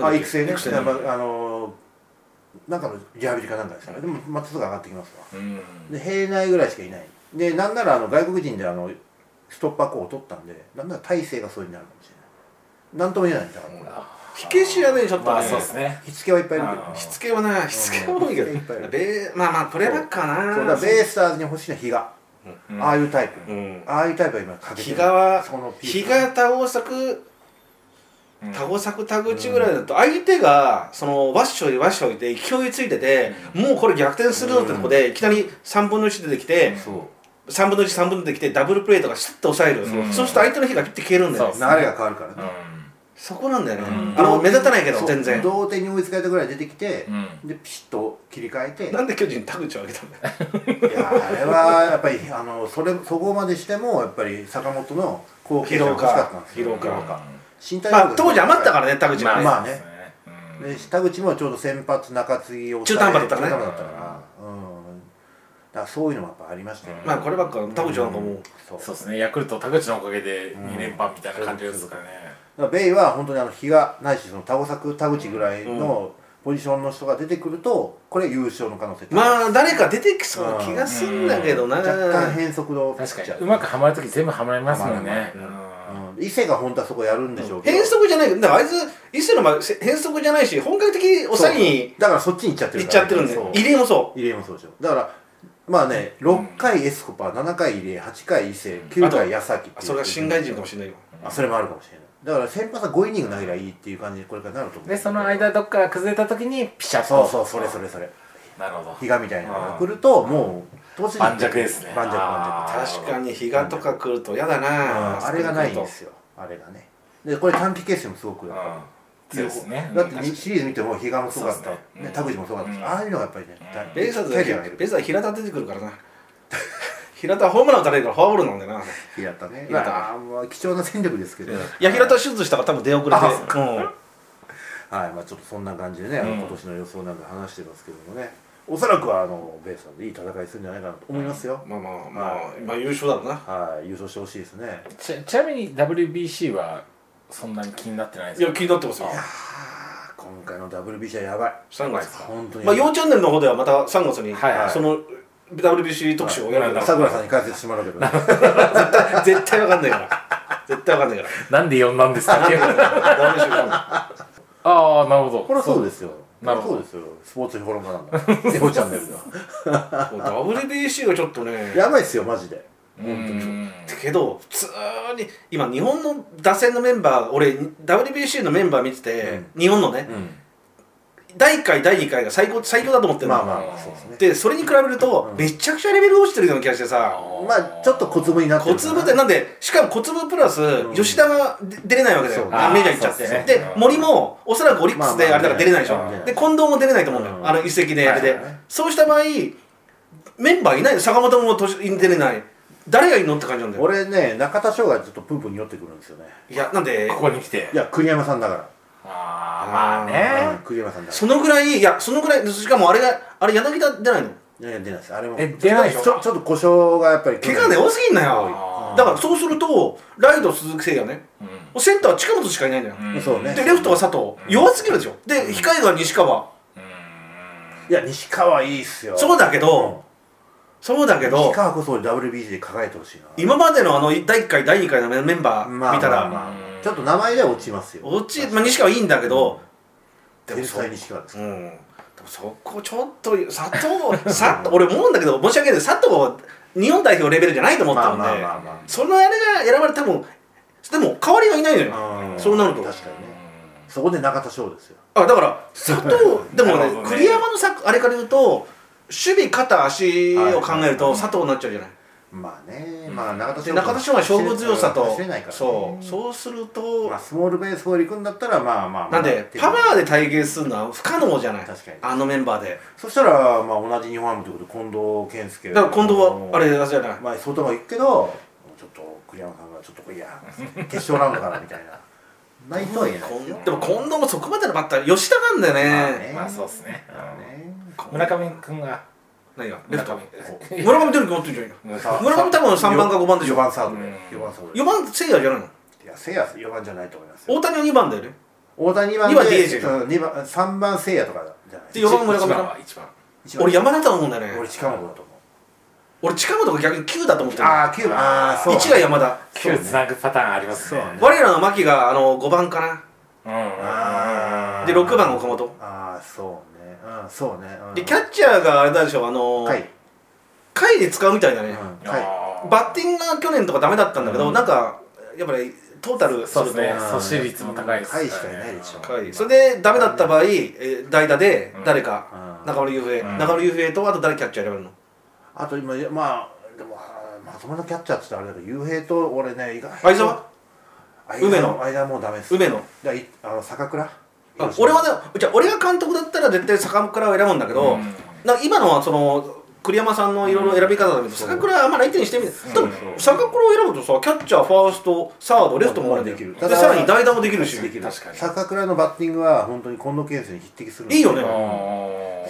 Speaker 1: あ育成ね
Speaker 2: 育成
Speaker 1: まああのーなんかのリハビリかなんかですからでもまたすぐ上がってきますわ
Speaker 3: うん。
Speaker 1: で平内ぐらいしかいないでなんならあの外国人であのストッパー候補取ったんでなんなら体勢がそれになるかもしれないなんとも言えないんだからこれ
Speaker 2: 火消しはね、ちょっと
Speaker 3: まあ、
Speaker 2: ね
Speaker 3: そうですね。
Speaker 1: 火付けはいっぱいいるけど
Speaker 3: あ
Speaker 2: 火付けはね、火付けは多いけ
Speaker 1: うんい
Speaker 2: ど
Speaker 1: っぱいいる。
Speaker 2: ベーまあまあ、プレーバックかな。
Speaker 1: そうだベイスターズに欲しいのは比嘉、ああいうタイプ、
Speaker 2: うん。
Speaker 1: ああいうタイプは今かけて
Speaker 2: 比嘉は
Speaker 1: その、ピー
Speaker 2: 比
Speaker 1: ス
Speaker 2: 嘉、田大作、田ゴ作田口ぐらいだと相手がそのワッショイワッショイで勢いついててもうこれ逆転するぞってとこでいきなり3分の1出てきて
Speaker 1: そう
Speaker 2: 3分の13分のできてダブルプレーとかシュッと抑える、
Speaker 3: うん
Speaker 2: そうすると相手の火がピッて消えるんだよ
Speaker 3: そ
Speaker 1: 流れ
Speaker 2: そ,、
Speaker 1: が変わるからね、
Speaker 2: こなんだよね、
Speaker 3: うん
Speaker 2: あの目立たないけど
Speaker 1: そう
Speaker 2: 全然
Speaker 1: 同点に追いつかれたぐらい出てきて
Speaker 3: う、ん。
Speaker 1: でピシッと切り替えていや
Speaker 2: なんで巨人田口を上げたんだよ
Speaker 1: あれはやっぱりあのそれそこまでしてもやっぱり坂本の貢献が欲しかったんですよ
Speaker 2: 疲労か疲労
Speaker 3: か
Speaker 1: 身体能
Speaker 2: まあ
Speaker 1: 力
Speaker 2: 当時余ったからね田口はね、
Speaker 1: まあで下口もちょうど先発中継ぎを
Speaker 2: 中途半端だったね
Speaker 1: 中途半端だったからうんだからそういうのもやっぱありましたよね
Speaker 2: まあこればっかは田口はなんかもう、
Speaker 1: そう
Speaker 3: そうですね。ヤクルト、田口のおかげで2連覇みたいな感じですからね。
Speaker 1: だからベイは本当にあの比嘉ないしその田尾作田口ぐらいのポジションの人が出てくるとこれ優勝の可能性
Speaker 2: ま
Speaker 1: あ
Speaker 2: あ誰か出てきそうな気がすんだけどな、
Speaker 1: 若干変則のピ
Speaker 3: 確
Speaker 1: ッチ
Speaker 3: か
Speaker 1: ャー
Speaker 3: に。うまくハマるとき全部ハマりますもんね。
Speaker 1: うん伊勢が本当はそこやるんでしょうけど
Speaker 2: 変則じゃないけどだからあいつ伊勢の場合せ変則じゃないし本格的
Speaker 1: そうそ
Speaker 2: 抑
Speaker 1: う
Speaker 2: えに
Speaker 1: だからそっちに行っちゃって
Speaker 2: 行
Speaker 1: る
Speaker 2: っ
Speaker 1: か
Speaker 2: ちゃ
Speaker 1: ら
Speaker 2: ってるんで
Speaker 1: そう
Speaker 2: 入江もそう
Speaker 1: 入江もそうでしょだからまあね6回エスコパー7回入江8回伊勢9回矢崎ってい
Speaker 2: あ
Speaker 1: う
Speaker 2: それが新外人かもしれないよ
Speaker 1: あそれもあるかもしれないだから先発は5イニング投げりゃいいっていう感じでこれからなると思う
Speaker 3: で、その間どっから崩れたときに、ピシャッ
Speaker 1: そ
Speaker 3: と。
Speaker 1: うそうそれそれそれ
Speaker 3: なるほど。
Speaker 1: 比嘉みたいなのが来るともう投手陣
Speaker 3: 盤石ですね
Speaker 1: 盤石盤石
Speaker 3: あー
Speaker 2: 確かに比嘉とか来ると嫌だ
Speaker 1: あ
Speaker 2: な
Speaker 1: あれがないんですよあれがねでこれ短期決戦もすごく
Speaker 3: そうですね。
Speaker 1: だってシリーズ見ても比嘉もすごかった
Speaker 3: そうですね
Speaker 1: ね田口もすごかったし
Speaker 3: うん
Speaker 1: ああいうのがやっぱりね
Speaker 3: うん
Speaker 1: だ
Speaker 2: ベイスターズ
Speaker 1: キャリアがいる
Speaker 2: ベイスターズ平田出てくるからな 平田はホームラン打たれるからフォアボールなんだよな
Speaker 1: 平田ね
Speaker 2: 平田
Speaker 1: まあまあ貴重な戦力ですけどはい
Speaker 2: いや平田手術したから多分出遅れて
Speaker 1: あそ
Speaker 2: うん
Speaker 1: まあちょっとそんな感じでねあの
Speaker 3: うん
Speaker 1: 今年の予想なんか話してますけどもねおそらくはあのベイスターズいい戦いするんじゃないかなと思いますよ
Speaker 2: まあまあまあまあ優勝だろうな
Speaker 1: はい優勝してほしいですね
Speaker 3: ちちなみに WBC はそんなに気になってないん
Speaker 2: い
Speaker 3: です
Speaker 2: や
Speaker 3: か
Speaker 2: 気になってますよ
Speaker 1: あ今回の WBC はやばい
Speaker 2: 3月か
Speaker 1: 本当に
Speaker 2: まあ4チャンネルの方ではまた3月に
Speaker 3: はいはい
Speaker 2: その WBC 特集をやるんだ
Speaker 1: さくらさんに解説してもらうけどね
Speaker 2: 絶対わかんないから絶対わかんないか
Speaker 3: なんで呼んだんですか
Speaker 2: ら WBC わかんない
Speaker 3: ああなるほど
Speaker 1: これはそうですよ
Speaker 3: なるほど
Speaker 1: そうですよスポーツ評論家なんだエゴチャンネルでは
Speaker 2: もう WBC がちょっとね
Speaker 1: やばいっすよマジで
Speaker 3: う
Speaker 2: 本当に
Speaker 3: うん
Speaker 2: だけど普通に今日本の打線のメンバー俺 WBC のメンバー見てて、日本のね第1回第2回が最高最強だと思ってるの、
Speaker 1: まあまあまあそうですね
Speaker 2: でそれに比べると、
Speaker 1: うん
Speaker 2: めちゃくちゃレベル落ちてるような気がしてさ
Speaker 1: まあちょっと小粒になって
Speaker 2: 小
Speaker 1: るかな
Speaker 2: 粒でなんでしかも小粒プラス、
Speaker 1: ん
Speaker 2: 吉田が出出れないわけだよ
Speaker 1: そう
Speaker 2: あメジャー行っちゃっ
Speaker 3: あ
Speaker 2: てで,、
Speaker 3: ーそうですね
Speaker 2: 森もおそらくオリックスで
Speaker 1: まあまあ
Speaker 2: あれだから出れないでしょ、
Speaker 1: まあまあ
Speaker 2: で近藤も出れないと思うんだよ、
Speaker 1: うん
Speaker 2: あの移籍であれで、
Speaker 3: はいはい
Speaker 1: はい
Speaker 2: そうした場合メンバーいない坂本も年出れない誰がいいのって感じなんだよ
Speaker 1: 俺ね中田翔がちょっとプンプンに寄ってくるんですよね
Speaker 2: いやなんで
Speaker 3: ここに来て
Speaker 1: いや栗山さんだか
Speaker 3: ああまあ
Speaker 1: ら、う
Speaker 3: ね
Speaker 1: ん栗山さんだか
Speaker 2: そのぐらいいやそのぐらいしかもあれがあれ柳田出ないの
Speaker 1: らいや出ないですあれも
Speaker 3: え出ないでしょ
Speaker 1: ちょちょっと故障がやっぱり
Speaker 2: 怪我ね多すぎんな
Speaker 3: あ
Speaker 2: よ
Speaker 3: ー
Speaker 2: だからそうするとライト鈴木誠也ね
Speaker 3: う
Speaker 2: センターは近本しかいないんだよ、
Speaker 3: んん
Speaker 1: そうね
Speaker 2: でレフトは佐藤弱すぎるでしょで控えが西川
Speaker 3: うん
Speaker 1: いや西川いいっすよ
Speaker 2: そうだけど、そうだけど
Speaker 1: 西川こそ WBC で輝いてほしいな
Speaker 2: 今までのあの第1回第2回のメンバー見たら、
Speaker 1: まあまあまあちょっと名前では落ちますよ
Speaker 2: 落ち、まあ、西川いいんだけど、で
Speaker 1: 天
Speaker 2: もそ
Speaker 1: 才西川です
Speaker 2: うん、でもそこちょっと佐藤佐藤 俺思うんだけど申し訳ないけど佐藤は日本代表レベルじゃないと思ったので、
Speaker 1: まあまあまあまあ
Speaker 2: そのあれが選ばれた分でも代わりがいないのよ
Speaker 1: うん
Speaker 2: そうなると
Speaker 1: 確かにねそこで中田翔ですよ
Speaker 2: あだから佐藤でも
Speaker 3: な
Speaker 2: ね
Speaker 3: るほどね
Speaker 2: 栗山のさあれから言うと守備肩足を考える
Speaker 1: はい
Speaker 2: と佐藤になっちゃうじゃない
Speaker 1: まあねまあ中田
Speaker 2: で
Speaker 1: 翔
Speaker 2: 中田翔は勝負強さと
Speaker 1: 走れないからね
Speaker 2: そうそうすると、
Speaker 1: まあスモールベースボール行くんだったらまあまあ
Speaker 2: なんでパワーで対決するのは不可能じゃない
Speaker 1: 確かに
Speaker 2: あのメンバーで
Speaker 1: そしたらまあ同じ日本ハムということで近藤健介
Speaker 2: だから近藤はあれじゃない
Speaker 1: まあ外も行くけどちょっと栗山さんがちょっとこいや決勝ラウンドからみたいなないとは言えないですよ
Speaker 2: でも近藤もそこまでのバッター吉田なんだよね,、
Speaker 1: まあね
Speaker 3: まあそうですね
Speaker 1: まあね
Speaker 3: 村上君が
Speaker 2: 何がレ
Speaker 3: 村
Speaker 2: フ
Speaker 3: 上
Speaker 2: ト村上出る気持ってるじゃん今
Speaker 1: さ
Speaker 2: 村上多分3番か5番でしょ
Speaker 1: 4番サード
Speaker 3: うん
Speaker 1: で4番サードで
Speaker 2: 4番せいやじゃないの
Speaker 1: いやせいや4番じゃないと思いますよ
Speaker 2: 大谷は2番だよね
Speaker 1: 大谷2番
Speaker 2: 二番 DH
Speaker 1: うん二番3番せいやとかじゃない
Speaker 2: で4番村
Speaker 3: 一
Speaker 2: 上
Speaker 3: 番
Speaker 2: か
Speaker 3: は一番
Speaker 1: 一番
Speaker 2: 俺山田だと思うんだよ
Speaker 1: 俺
Speaker 2: ね
Speaker 1: 近本だと思う
Speaker 2: 俺近本が逆に9だと思ってる
Speaker 1: ああ9番ああそう
Speaker 2: 1が山田
Speaker 3: 9つなぐパターンありますね
Speaker 1: そうね
Speaker 2: 我らの牧があの5番かな
Speaker 3: うんうんうん
Speaker 1: あー
Speaker 2: で6番岡本
Speaker 1: ああそうねうんそうねうん
Speaker 2: でキャッチャーがあれだでしょあの
Speaker 1: はい
Speaker 2: 下位で使うみたいだね、
Speaker 1: うんはい
Speaker 3: あー
Speaker 2: バッティングが去年とかダメだったんだけど、
Speaker 1: うん
Speaker 2: なんかやっぱりトータルす
Speaker 3: そう
Speaker 2: る
Speaker 3: で
Speaker 2: と
Speaker 3: すね
Speaker 1: うん
Speaker 3: 阻止率も高いです
Speaker 1: うん回しかいないでしょ
Speaker 2: 高いそれでダメだった場合、えー代打で
Speaker 3: うん
Speaker 2: 誰か、
Speaker 1: うん
Speaker 2: 中村悠平、
Speaker 3: うん
Speaker 2: 中村悠平とあと誰キャッチャー選べるの
Speaker 1: あと今いやまあでもあーまともなキャッチャーって言ったらあれだけど雄平と俺ね意外と
Speaker 2: 相沢
Speaker 1: 相
Speaker 2: 梅野
Speaker 1: 間もうダメです
Speaker 2: 梅野
Speaker 1: だいあの坂倉
Speaker 2: あ俺は
Speaker 1: ね
Speaker 2: ねじゃあ俺が監督だったら絶対坂倉を選ぶんだけど、
Speaker 3: うん
Speaker 2: なんか今のはその栗山さんのいろいろ選び方だけど、坂倉はあんまり相手にしてみる、多分
Speaker 3: うん
Speaker 2: 坂倉を選ぶとさキャッチャーファーストサードレフトも俺できる
Speaker 1: まあ
Speaker 2: でさらに代打もできるし
Speaker 1: できる
Speaker 3: 確かに
Speaker 1: 坂倉のバッティングは本当に近藤健介に匹敵するんです
Speaker 2: いいよね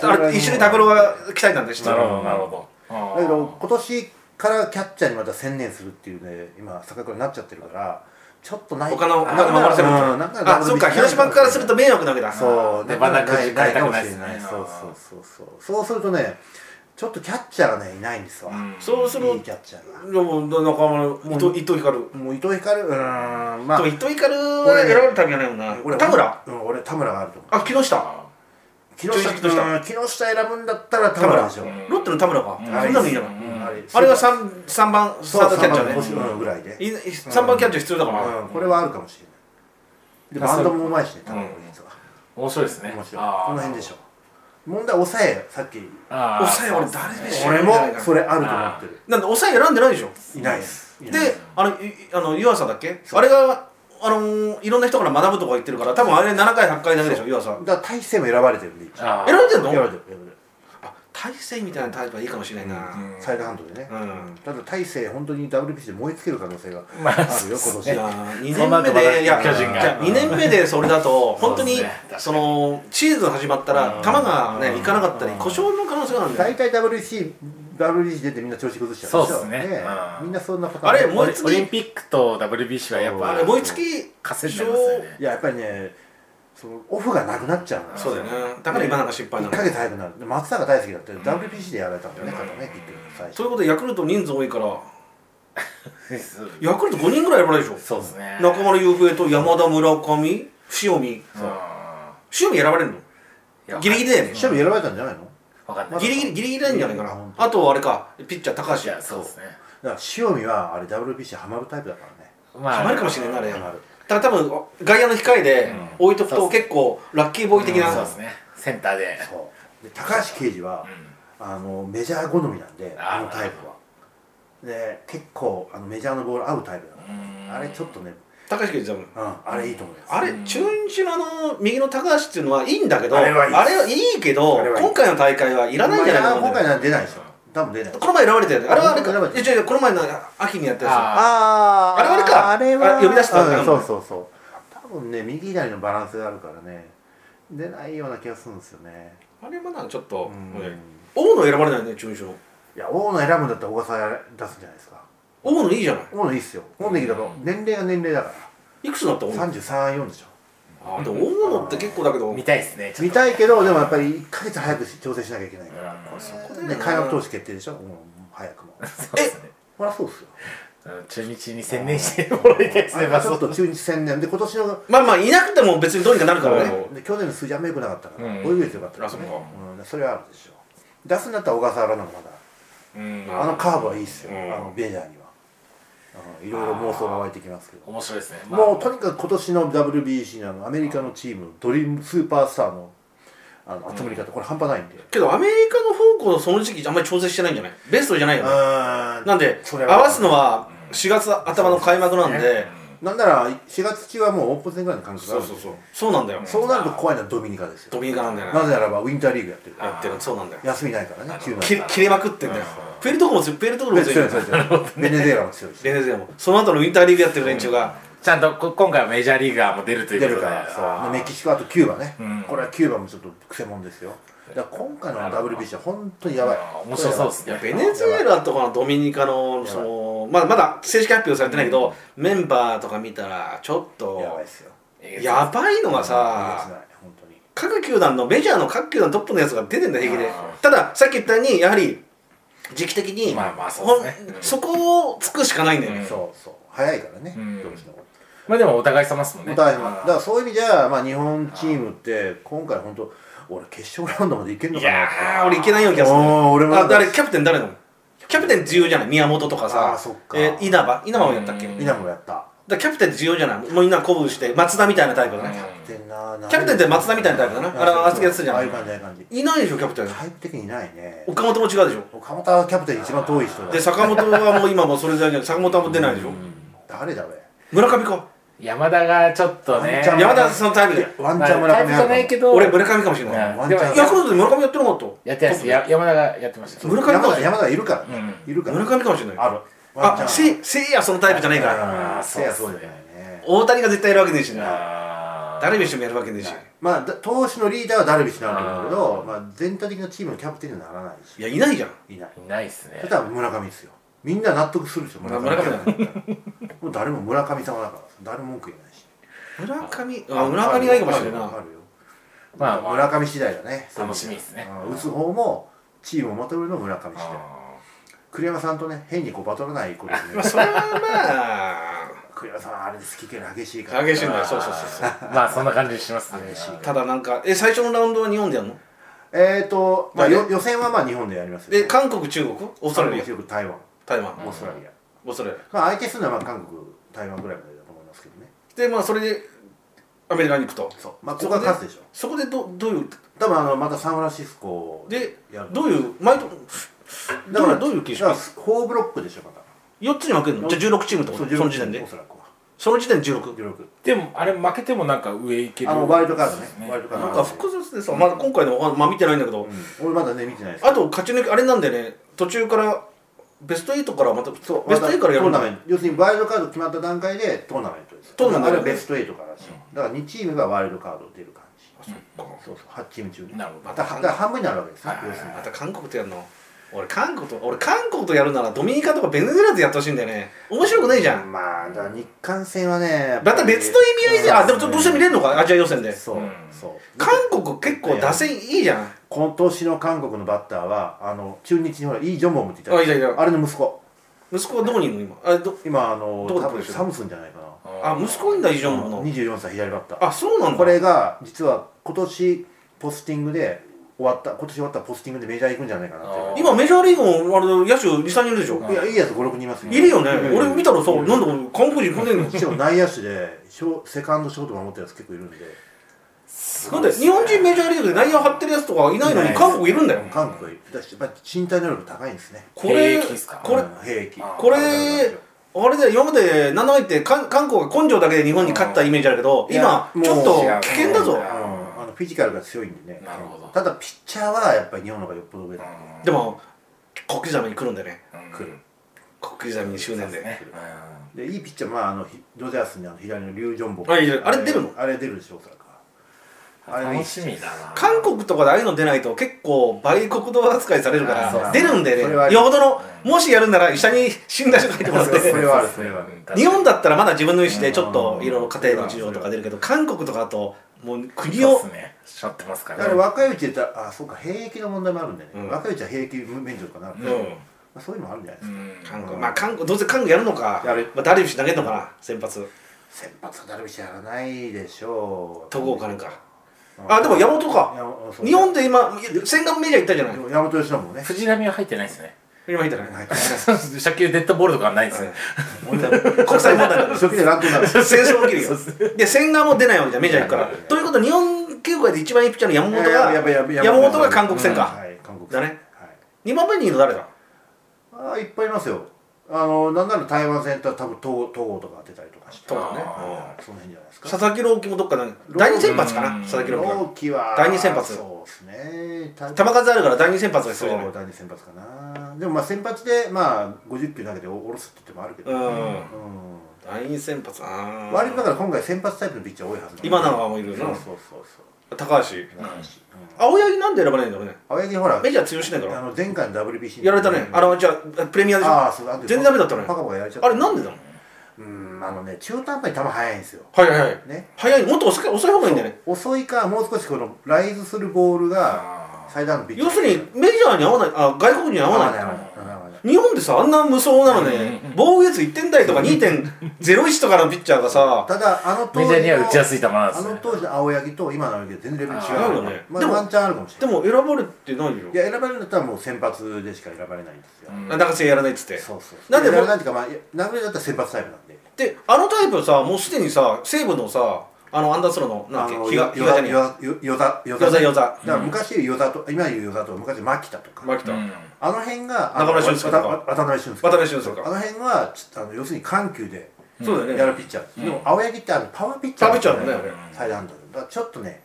Speaker 3: あ
Speaker 2: あれ一緒に拓郎が鍛えたんで
Speaker 3: ー
Speaker 2: す
Speaker 3: なるほどなるほど
Speaker 1: だけど今年からキャッチャーにまた専念するっていうね今坂倉になっちゃってるからちょっとない
Speaker 2: 他の
Speaker 1: な
Speaker 2: 他の守らせるみたい
Speaker 1: うんなん
Speaker 2: なあそっか広島からすると迷惑なわけだ
Speaker 1: そう
Speaker 3: で
Speaker 1: なかな
Speaker 3: ま
Speaker 1: か
Speaker 3: だ
Speaker 1: ないないかもしれ
Speaker 3: 変えたく
Speaker 1: な
Speaker 3: な
Speaker 1: い
Speaker 3: いですね
Speaker 1: そうそうそうそうそうするとねちょっとキャッチャーがねいないんですわ、
Speaker 3: うん
Speaker 2: そうする
Speaker 1: いいキャッチャーが
Speaker 2: でも中村伊藤伊藤光る
Speaker 1: もう伊藤光うーんまあ
Speaker 2: 伊藤光は選ばれたんじゃないもんな田村
Speaker 1: うん俺田村があると思う
Speaker 2: あ木下
Speaker 1: 木
Speaker 2: 正
Speaker 1: 下
Speaker 2: 直木下
Speaker 1: うん木下選ぶんだったら田村でしょ、
Speaker 3: 田村
Speaker 2: ロッテの田村かそ
Speaker 3: うんん
Speaker 2: なのいいじゃない
Speaker 3: うん
Speaker 1: あれ
Speaker 2: あれが 3, 三番スタ
Speaker 1: そう
Speaker 2: ートキャッチャーね
Speaker 1: 三番のぐらいで、
Speaker 2: い3番キャッチャー必要だから
Speaker 1: うん、これはあるかもしれないでバンドもうまいしね田村の実は、
Speaker 3: 面白いですね
Speaker 1: 面白い
Speaker 3: あー
Speaker 1: この辺でしょ問題抑えさっき
Speaker 3: あー
Speaker 2: 抑え俺誰でしょ
Speaker 1: 俺もそれあると思って
Speaker 2: なんで抑え選んでないでしょ
Speaker 1: るいないですいない
Speaker 2: であのいあの湯浅だっけあれがあのーいろんな人から学ぶとか言ってるから多分あれ7回8回だけでしょ湯浅
Speaker 1: だから大勢も選ばれてるんで一応
Speaker 3: あー
Speaker 2: 選んでん
Speaker 1: 選ば
Speaker 2: の
Speaker 1: れてる選ばれてる
Speaker 2: あ大勢みたいなタイプはいいかもしれないな
Speaker 3: うん
Speaker 1: サイドハンドでね、
Speaker 2: うん
Speaker 1: ただ大勢本当に WBC で燃え尽きる可能性が
Speaker 3: ま
Speaker 1: あ
Speaker 3: あ
Speaker 1: るよ今
Speaker 2: い
Speaker 1: 年
Speaker 2: やー2
Speaker 3: そんな
Speaker 2: 年
Speaker 3: んで
Speaker 2: 目でいや
Speaker 3: まだ巨人が
Speaker 2: じゃあ2年目でそれだと本当に
Speaker 3: そうですね確かに
Speaker 2: そのシーズン始まったら球がねいかなかったり故障の可能性があるんだ
Speaker 1: 大
Speaker 2: よ
Speaker 1: 体 WBC, WBC 出てみんな調子崩しちゃうでしょ
Speaker 3: そうっすねうん
Speaker 1: みんなそんなパターン
Speaker 2: あれ燃
Speaker 3: オ
Speaker 2: え
Speaker 3: リ
Speaker 2: 尽き
Speaker 3: オリンピックと WBC はやっ
Speaker 1: あ
Speaker 3: ぱ
Speaker 1: れ
Speaker 2: 思いつき
Speaker 3: 稼いでますよね
Speaker 1: いややっぱりねそのオフがなくなっちゃうの
Speaker 2: 故障そうだよねだから今なんか失敗な
Speaker 1: 1
Speaker 2: の
Speaker 1: ヶ月早くなるで松坂大輔だって WBC でやられたんだよね肩ね結局最初
Speaker 2: そういうことでヤクルト人数多いから
Speaker 3: そう
Speaker 2: ヤクルト5人ぐらい選ばれるでしょ
Speaker 3: そうですね
Speaker 2: 中村悠平と山田村上塩見
Speaker 3: そう
Speaker 2: 塩見選ばれるのギリギリだよね
Speaker 1: シェル選ばれたんじゃないの
Speaker 3: わかんない
Speaker 2: ギリギリギリギリなんじゃないか
Speaker 1: うん
Speaker 2: なあとあれかピッチャー高
Speaker 3: い
Speaker 2: 橋
Speaker 3: やそうですね
Speaker 1: から塩見はあれ WBC ハマるタイプだからね
Speaker 3: ま
Speaker 2: ハマるかもしれないなあれ
Speaker 1: ハマる
Speaker 2: ただ多分外野の控えで
Speaker 3: うん
Speaker 2: 置いとく
Speaker 3: そ
Speaker 2: と
Speaker 3: うで
Speaker 2: 結構ラッキーボーイ的な、
Speaker 3: うんそうですねセンターで
Speaker 1: そうで高橋奎二は、あのメジャー好みなんで
Speaker 3: あー
Speaker 1: あのタイプはで結構あのメジャーのボール合うタイプだか
Speaker 3: うん
Speaker 1: らあれちょっとね、
Speaker 2: 高橋君多分
Speaker 1: うん、あれいいと思います
Speaker 2: あれ
Speaker 3: うん
Speaker 2: 中日のあの右の高橋っていうのはいいんだけど
Speaker 1: あれはいいです
Speaker 2: いいけど
Speaker 1: あれはいい
Speaker 2: 今回の大会はいらないんじゃないかと思
Speaker 1: 今
Speaker 2: うんだよ
Speaker 1: 回なんて出ないでしょ多分出ない
Speaker 2: この前選ばれたよねあれはあれ
Speaker 1: 選ばれ
Speaker 2: か
Speaker 1: た
Speaker 2: いや違う違うこの前の秋にやったや
Speaker 1: あ
Speaker 2: ーあれあれか
Speaker 1: あれは
Speaker 2: あ呼び出したんだ
Speaker 1: うんそうそうそう多分ね右左のバランスがあるからね出ないような気がするんですよね
Speaker 2: つあれはなんかちょっと
Speaker 1: うん
Speaker 2: ね大野選ばれないね中日の
Speaker 1: いや大野選ぶんだったら小笠原出すんじゃないですか
Speaker 2: 大野いいじゃない
Speaker 1: 大野いいっすよ大野いいけど
Speaker 3: うん
Speaker 1: 年齢が年齢だか
Speaker 2: いくつになった
Speaker 1: ら
Speaker 2: 大野
Speaker 1: 334でしょ
Speaker 2: あでも大野って結構だけど
Speaker 3: 見たいですね
Speaker 1: 見たいけどでもやっぱり1ヶ月早く調整しなきゃいけないから
Speaker 3: うん
Speaker 1: これ
Speaker 3: そ
Speaker 2: こだよ
Speaker 1: ね
Speaker 2: ね
Speaker 1: 開幕投手決定でしょもう早くも
Speaker 2: え
Speaker 1: ほらそうっすよ
Speaker 3: うん中日に専念してもらいたい ですね
Speaker 1: あ
Speaker 3: ま
Speaker 1: ちょっ
Speaker 3: ず
Speaker 1: と中日戦年で今年の
Speaker 2: まあまあいなくても別にどうにかなるからね
Speaker 1: で去年の数字あんま良くなかったから
Speaker 3: うん
Speaker 1: 泳ぐより良かったです
Speaker 2: あ
Speaker 1: ね
Speaker 2: そっか
Speaker 1: うんそれはあるでしょ出すんだったら小笠原の方がまだ
Speaker 3: うん
Speaker 1: あのカーブはいいっすよ、
Speaker 2: うん
Speaker 1: あのメジャーには。うんいろいろ妄想が湧いてきますけど。
Speaker 3: 面白いですねまあ
Speaker 1: もうとにかく今年の WBC のあのアメリカのチーム、ドリームスーパースターのあの集まり方、これ半端ないんで。
Speaker 2: けどアメリカの方向その時期あんまり調整してないんじゃないベストじゃないよね
Speaker 1: な
Speaker 2: なんで
Speaker 1: それ
Speaker 2: 合
Speaker 1: は
Speaker 2: わすのは4月頭の開幕なんで
Speaker 1: なんなら4月中はもうオープン戦ぐらいの感覚が
Speaker 2: そ
Speaker 1: あ
Speaker 2: う
Speaker 1: るんで
Speaker 2: そうそうそうなんだよ
Speaker 1: そうなると怖いのはドミニカですよ。
Speaker 2: ドミニカなんだよ
Speaker 1: な
Speaker 2: な
Speaker 1: ぜならばウィンターリーグやってるから。
Speaker 2: やってるそうなんだよ
Speaker 1: 休みないからね、急な。
Speaker 2: き切れまくってんだよプエルトコも強いプエルトコも
Speaker 1: 強い
Speaker 2: 強
Speaker 1: 強い
Speaker 2: い
Speaker 1: 強い強いベネズエラも強いし。
Speaker 2: レネゼもその後のウィンターリーグやってる連中が
Speaker 3: ちゃんとこ今回はメジャーリーガーも出るという
Speaker 1: 出
Speaker 3: こ
Speaker 1: る
Speaker 3: とで
Speaker 1: から
Speaker 3: あ
Speaker 1: そ
Speaker 3: ー
Speaker 1: うでメキシコあとキューバね、
Speaker 3: うん
Speaker 1: これはキューバもちょっとくせ者ですよだから今回の WBC は本当にやばい
Speaker 3: うん面白そうです
Speaker 2: い
Speaker 3: ね
Speaker 2: やベネズエラとかのドミニカのそのまだまだ正式発表されてないけどメンバーとか見たらちょっ
Speaker 1: やばい
Speaker 2: と
Speaker 1: ですよ
Speaker 2: やばいのが
Speaker 1: えげつ
Speaker 2: さ
Speaker 1: ない本当に
Speaker 2: 各球団のメジャーの各球団トップのやつが出てんだよ平気で
Speaker 3: あー
Speaker 2: たださっき言ったようにやはり時期的に
Speaker 3: まあまあそうですね
Speaker 2: ほん
Speaker 3: うん
Speaker 2: そこをつくしかないんだよね
Speaker 1: そうそう早いからね、
Speaker 3: うん
Speaker 1: どうしても
Speaker 3: まあでもお互い様ですもんね
Speaker 1: お互い様
Speaker 3: あー
Speaker 1: だからそういう意味じゃ、まあ、日本チームって今回本当俺決勝ラウンドまでいけんのか
Speaker 3: いや
Speaker 1: な
Speaker 3: ー
Speaker 1: って
Speaker 2: あー俺いけないような気がする
Speaker 1: おー俺も
Speaker 2: あ誰キャプテン誰なのキャプテン重要じゃない宮本とかさ
Speaker 1: あーそっか
Speaker 2: えー稲葉稲葉もやったっけ
Speaker 3: う
Speaker 2: だ
Speaker 3: ん
Speaker 2: か
Speaker 1: 稲もやった
Speaker 2: らキャプテン重要じゃないもうみんな鼓舞して松田みたいなタイプだ
Speaker 3: う
Speaker 2: ね
Speaker 3: ん
Speaker 1: キャプテンな
Speaker 2: キャプテンって松田みたいなタイプだなあのあそこやってたじゃん
Speaker 1: ああいう感じああいう感じ
Speaker 2: いないでしょキャプテン
Speaker 1: タイプ的にいないね
Speaker 2: 岡本も違うでしょ
Speaker 1: 岡本はキャプテン一番遠い人だ
Speaker 2: で坂本はもう今もうそれじゃない坂本はもう出ないでしょ
Speaker 1: 誰だ俺
Speaker 2: 村上か
Speaker 3: 山田がちょっと
Speaker 1: ワ
Speaker 3: ね
Speaker 1: ンチャン
Speaker 2: 山田さんのタイムで
Speaker 1: ワン
Speaker 3: まあ
Speaker 1: チャン村上
Speaker 3: タイプじゃないけど
Speaker 2: 俺村上かもしれない
Speaker 3: うんでも
Speaker 1: ワンチ
Speaker 2: ヤクルトで村上やってなかった
Speaker 3: やってないですや山田がやってました
Speaker 2: 村上
Speaker 1: 山
Speaker 2: かも
Speaker 1: 田
Speaker 2: しれない
Speaker 1: 山田いるから、
Speaker 3: うん
Speaker 1: いるから
Speaker 2: 村上かもしれない
Speaker 1: あるワンチャン
Speaker 2: あせいせいやそのタイプじゃないから
Speaker 1: あー
Speaker 3: そ
Speaker 1: せ
Speaker 3: うっすね
Speaker 1: やそうじゃないね
Speaker 2: 大谷が絶対やるわけねえしな
Speaker 3: あー
Speaker 2: ダルビッシュもやるわけねえし
Speaker 1: まあだ投手のリーダーはダルビッシュなんだけどまあ、全体的なチームのキャプテンにはならない
Speaker 2: い
Speaker 1: し
Speaker 2: やいないじゃん
Speaker 1: いない
Speaker 3: いないですね
Speaker 1: そしたら村上ですよみんな納得するでしょ村上
Speaker 2: 村上だ
Speaker 1: もう誰も村上様だから誰も文句言えないし
Speaker 2: 村上あ村上がいいかもし
Speaker 1: あ
Speaker 2: れない
Speaker 1: るよ
Speaker 2: な
Speaker 1: あるよ
Speaker 3: まあまあ
Speaker 1: 村上次第だね
Speaker 3: 楽しみですね
Speaker 1: うん打つ方もチームをまとめるのも村上次第
Speaker 3: あ
Speaker 1: 栗山さんとね変にこうバトらないことです
Speaker 2: ま
Speaker 1: ね
Speaker 2: あそれは
Speaker 1: 栗山さんはあれで好き嫌い激しいか
Speaker 2: まあ
Speaker 1: ら
Speaker 2: 激しいんだ
Speaker 3: ー
Speaker 2: よそうそうそうそう
Speaker 3: まあそんな感じしますね
Speaker 1: 激しいから
Speaker 2: ただなんかえ最初のラウンドは日本でやるの
Speaker 1: えーと、まあ、
Speaker 2: だね
Speaker 1: よ予選はまあ日本でやりますよ
Speaker 2: で韓国中国オーストラリア
Speaker 1: 韓国台湾
Speaker 2: 台湾
Speaker 1: オーストラリア、
Speaker 2: オーストラリア
Speaker 1: まあ、相手するのはまあ韓国台湾ぐらいまでだと思いますけどね
Speaker 2: でまあそれでアメリカに行くと
Speaker 1: そうまあここが勝つでしょ
Speaker 2: そこでどどういう
Speaker 1: 多分あのまたサンフランシスコ
Speaker 2: で
Speaker 1: やる
Speaker 2: どういう毎度
Speaker 1: だ
Speaker 2: だ
Speaker 1: か
Speaker 2: かららどういう形式
Speaker 1: だから4ブロックでしょまた
Speaker 2: 4つに分けるのじゃあ16チームってこと
Speaker 1: 16
Speaker 2: その時点で
Speaker 1: おそらくは
Speaker 2: その時点で16
Speaker 1: 16
Speaker 3: でもあれ負けてもなんか上行ける
Speaker 1: あのワイルドカードね
Speaker 3: そうです
Speaker 1: ワイルドカード
Speaker 2: なんか複雑でさ、まあ、今回のは、まあ、見てないんだけど、
Speaker 1: うん俺まだね見てないです
Speaker 2: あと勝ち抜きあれなんだよね途中からベスト8からまた
Speaker 1: そう
Speaker 2: ベスト8からやる
Speaker 1: トー
Speaker 2: んだ
Speaker 1: ナメント要するにワイルドカード決まった段階でトーナメントです
Speaker 2: トーナメント
Speaker 1: あれはベスト8からでしょだから2チームがワイルドカード出る感じそうそう8チーム中に
Speaker 3: なるほど
Speaker 1: またはだから半分になるわけですね要するに
Speaker 2: また韓国とやるの俺韓国と俺韓国とやるならドミニカとかベネズエラでやってほしいんだよね面白くないじゃん
Speaker 1: まあだから日韓戦はね
Speaker 2: また別の意味合いで、
Speaker 1: うん
Speaker 2: あでもどうしても見れるのかアジア予選で
Speaker 1: そう、
Speaker 3: うん
Speaker 1: そう
Speaker 2: 韓国結構打線いいじゃん
Speaker 1: 今年の韓国のバッターはあの中日にほらイ・ジョンボムって言っ
Speaker 2: あ
Speaker 1: た
Speaker 2: いたいた
Speaker 1: あれの息子
Speaker 2: 息子はどこにいるの今あど
Speaker 1: 今あの
Speaker 2: どこ
Speaker 1: 多
Speaker 2: でプレ
Speaker 1: 分
Speaker 2: ーしてる
Speaker 1: サムスンじゃないかな
Speaker 2: あ息子いんだ以上の
Speaker 1: 24歳左バッター
Speaker 2: あそうなんだ
Speaker 1: これが実は今年ポスティングで終わった今年終わったらポスティングでメジャー行くんじゃないかなって
Speaker 3: あ
Speaker 2: 今メジャーリーグもあれ野手23人いるでしょ、
Speaker 3: うん
Speaker 1: いやいいやつ56人います
Speaker 2: いるよね、
Speaker 1: うん
Speaker 2: 俺見たらさ、なんで俺韓国人こんなにい るの
Speaker 1: しかも内野手でショセカンドショート守ってるやつ結構いるんで
Speaker 3: な
Speaker 2: なんで日本人メジャーリーグで内野張ってるやつとかいないの
Speaker 3: い
Speaker 2: に
Speaker 3: ない
Speaker 2: 韓国いるんだよ
Speaker 1: 韓国だしやっぱり身体能力高いんですね
Speaker 2: これ
Speaker 3: 兵役ですか
Speaker 2: これ
Speaker 1: うん兵役
Speaker 3: あ
Speaker 2: これあれだよ今まで7位って韓韓国が根性だけで日本に勝ったイメージあるけど
Speaker 3: いや
Speaker 2: 今ちょっと
Speaker 3: もう違う
Speaker 2: 危険だぞ
Speaker 3: うん
Speaker 1: うんあのフィジカルが強いんでね
Speaker 3: なるほど
Speaker 1: ただピッチャーはやっぱり日本の方がよっぽど上だ、
Speaker 2: でも小刻みに来るんだよね
Speaker 1: 来る
Speaker 2: 小刻みに執念で
Speaker 3: ね
Speaker 1: でいいピッチャーまああのひドジャースにあの左のリュウ・ジョンボ
Speaker 2: あいるあれ出るの
Speaker 1: あれ出るでしょうからあれ
Speaker 3: 楽しみだな
Speaker 2: 韓国とかでああいうの出ないと結構売国道扱いされるか
Speaker 3: あそう
Speaker 2: ら出るんだ
Speaker 1: それ
Speaker 2: よ
Speaker 1: はあ
Speaker 2: ね
Speaker 1: る
Speaker 2: よほどのもしやるなら医者に診断書書いてもらっ
Speaker 1: それ
Speaker 2: て
Speaker 1: はあるそれはある
Speaker 2: 日本
Speaker 3: だ
Speaker 2: だったらまだ自分の意思でちょっといろいろ家庭の事情と
Speaker 1: それは
Speaker 2: か出るけど韓国とかだともう国
Speaker 3: そう
Speaker 2: を
Speaker 3: っすねしょってますか
Speaker 1: だからら
Speaker 3: ね
Speaker 1: 若いうちで言ったらあそうか兵役の問題もあるんでね、
Speaker 2: うん
Speaker 1: 若いうちは兵役免除とかなる
Speaker 3: う
Speaker 1: けど、ま
Speaker 3: ん
Speaker 1: あ、そういうのもあるんじゃないで
Speaker 3: う
Speaker 1: すか、
Speaker 3: ん
Speaker 2: 韓国まあ韓国どうせ韓国やるのか
Speaker 1: やる
Speaker 2: まあ、ダルビッシュ投げるのかな先発
Speaker 1: 先発はダルビッシュやらないでしょう
Speaker 2: 戸郷かなんか
Speaker 1: うん
Speaker 2: あでも山本か
Speaker 1: 山本そう
Speaker 2: 日本で今千賀メジャー行ったじゃない
Speaker 1: でも山本由伸もね
Speaker 3: 藤浪は入ってないですね
Speaker 2: 今行ったじゃ ない
Speaker 1: 入っ
Speaker 3: 初球デッドボールとかはないですね
Speaker 2: 国際問題だから
Speaker 1: 初期で乱闘になる
Speaker 2: 戦争起きるよで千賀も出ないわけじゃんメジャー行くから
Speaker 3: いやいやいや
Speaker 2: ということは日本球界で一番いいピッチャーの山本
Speaker 1: いやや
Speaker 2: が
Speaker 1: ばいやばいやばい
Speaker 2: 山本が韓国戦か
Speaker 1: はい韓国戦
Speaker 2: だね
Speaker 1: はい
Speaker 2: 2番目にいるの誰だ
Speaker 1: あーいっぱいいますよあのなんなら台湾戦と多分東郷とか当てたりとかして
Speaker 2: と
Speaker 1: うん
Speaker 2: かね
Speaker 3: あ
Speaker 1: その辺じゃないですか
Speaker 2: 佐々木朗希もどっかで第2先発かな
Speaker 3: うん
Speaker 2: 佐々木朗希が
Speaker 1: 朗希は
Speaker 2: 第二先発
Speaker 1: そうですねた
Speaker 2: 球数あるから第2先発が
Speaker 1: そ
Speaker 2: 必要じゃないう
Speaker 1: 第二先発かなでもまあ先発でまあ50球投げておろすって手もあるけど、うん
Speaker 2: うん第2先発あ
Speaker 1: 割とだ
Speaker 2: あ
Speaker 1: から今回先発タイプのピッチャー多いはず
Speaker 2: 今
Speaker 1: の
Speaker 2: 永もいる
Speaker 1: そうそう
Speaker 2: な
Speaker 1: そうそう
Speaker 2: 高橋
Speaker 1: うん
Speaker 2: 青柳なんで選ばないんだろうね
Speaker 1: 青柳ほら
Speaker 2: メジャー通用しないから
Speaker 1: あの前回の WBC
Speaker 2: やられたねあのじゃあプレミアでしょ
Speaker 1: ああそうだ
Speaker 2: 全然ダメだったね
Speaker 1: パカパカやられちゃった
Speaker 2: あれなんでだろう
Speaker 1: うーんあのね中途半端に球速いんですよ
Speaker 2: はいはいはい
Speaker 1: ね
Speaker 2: 早いもっと遅い遅い方がいいんだよね
Speaker 1: 遅いかもう少しこのライズするボールが最大のピッチャー
Speaker 2: 要するにメジャーに合わないあ外国に合
Speaker 1: 合
Speaker 2: わ
Speaker 1: わな
Speaker 2: な
Speaker 1: いい合わない合わない
Speaker 2: 日本でさあんな無双なのね防御率1点台とか2.01とかのピッチャーがさ
Speaker 1: ただあの当
Speaker 3: メ
Speaker 1: 時
Speaker 3: ジャーには打ちや
Speaker 1: の
Speaker 3: すい球なんで
Speaker 1: あ
Speaker 3: す
Speaker 1: の
Speaker 3: ね
Speaker 1: 当時の青柳と今の青柳は全然レベル違う
Speaker 3: あー
Speaker 2: 違うよね
Speaker 1: ま
Speaker 2: で
Speaker 1: あ
Speaker 2: も
Speaker 1: ワンチャンあるかもし
Speaker 2: で
Speaker 1: れない
Speaker 2: も選ばれてないよ
Speaker 1: いや選ばれるんだったらもう先発でしか選ばれないんですよ
Speaker 3: うん
Speaker 2: 中継やらないっつって
Speaker 1: そうそう
Speaker 2: なんで
Speaker 1: 選ばれないっていうかまあ流れだったら先発タイプなんで
Speaker 2: であのタイプさもうすでにさ西武のさあのアンダースローのなんだっけ比嘉比嘉じゃねえや
Speaker 1: よよざよ
Speaker 2: 与座与座
Speaker 1: だから昔与座と今言う与座とか昔牧田とか
Speaker 2: 牧田
Speaker 3: うん
Speaker 1: あの辺が
Speaker 2: 中村俊輔とか
Speaker 1: あの渡渡辺俊
Speaker 2: 渡
Speaker 1: 介
Speaker 2: 辺俊介
Speaker 1: あ
Speaker 2: か
Speaker 1: の辺はちょっとあの要するに緩急で
Speaker 2: そうだ
Speaker 1: や
Speaker 2: よね
Speaker 1: るピッチャー、
Speaker 3: うん
Speaker 1: でも青柳ってあのパワーピッチャーなんです
Speaker 2: パワーピッチャーだ
Speaker 3: よね
Speaker 1: 最大なんだだからちょっとね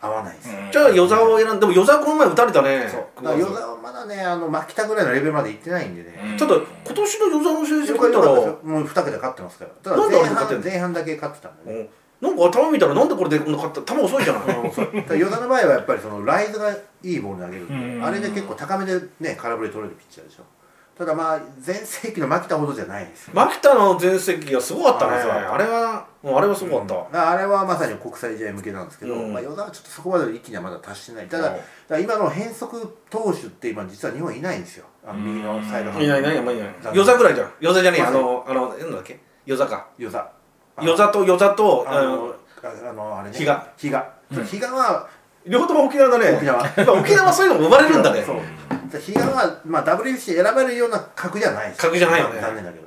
Speaker 1: 合わないです、
Speaker 3: うん
Speaker 2: じゃあ与沢を選んでも与沢この前打たれたね
Speaker 1: そうだから与座はまだねあの牧田ぐらいのレベルまでいってないんでね、
Speaker 3: うん
Speaker 2: ちょっと今年の与沢の成績
Speaker 1: よか
Speaker 2: 見
Speaker 1: ったた
Speaker 2: ら
Speaker 1: ですよもう2桁勝ってますからただ
Speaker 2: なんであ
Speaker 1: 前
Speaker 2: れ勝て
Speaker 1: 半
Speaker 2: んの
Speaker 1: 前半だけ勝ってたんでね、
Speaker 2: うんなんか頭見たらなんでこれでこんな勝った球遅いじゃない
Speaker 1: あのそうだから与座の場合はやっぱりそのライズがいいボール投げるんで、
Speaker 3: うん
Speaker 1: あれで結構高めでね空振り取れるピッチャーでしょただまあ前世紀の牧田ほどじゃないですよ
Speaker 2: 牧田の全席がすごかったね
Speaker 1: はいはい
Speaker 2: あれはもうあれはすごかった、
Speaker 1: うんあれはまさに国際試合向けなんですけど、
Speaker 2: うん
Speaker 1: まあ、与田はちょっとそこまでの域にはまだ達してないただ,、
Speaker 3: うん
Speaker 1: だから今の変則投手って今実は日本いないんですよあの右のサイドハンド
Speaker 2: いないいないいないいない
Speaker 1: 残念
Speaker 2: 与座ぐらいじゃん与座じゃねえ
Speaker 1: ま
Speaker 2: あ
Speaker 1: さに
Speaker 2: のあのなんだっけ与座か
Speaker 1: 与座あ
Speaker 2: 与座と与座と
Speaker 1: あ
Speaker 2: あ
Speaker 1: の
Speaker 2: の
Speaker 1: ああのあれね
Speaker 2: 比嘉
Speaker 1: 比嘉そう比嘉は
Speaker 2: 両方とも沖縄だね
Speaker 1: 沖縄
Speaker 2: やっぱ沖縄はそういうのも生まれるんだね
Speaker 1: そうで比嘉は、まあ、WBC 選ばれるような格じゃないです
Speaker 2: 格じゃないよね
Speaker 1: 残念だけど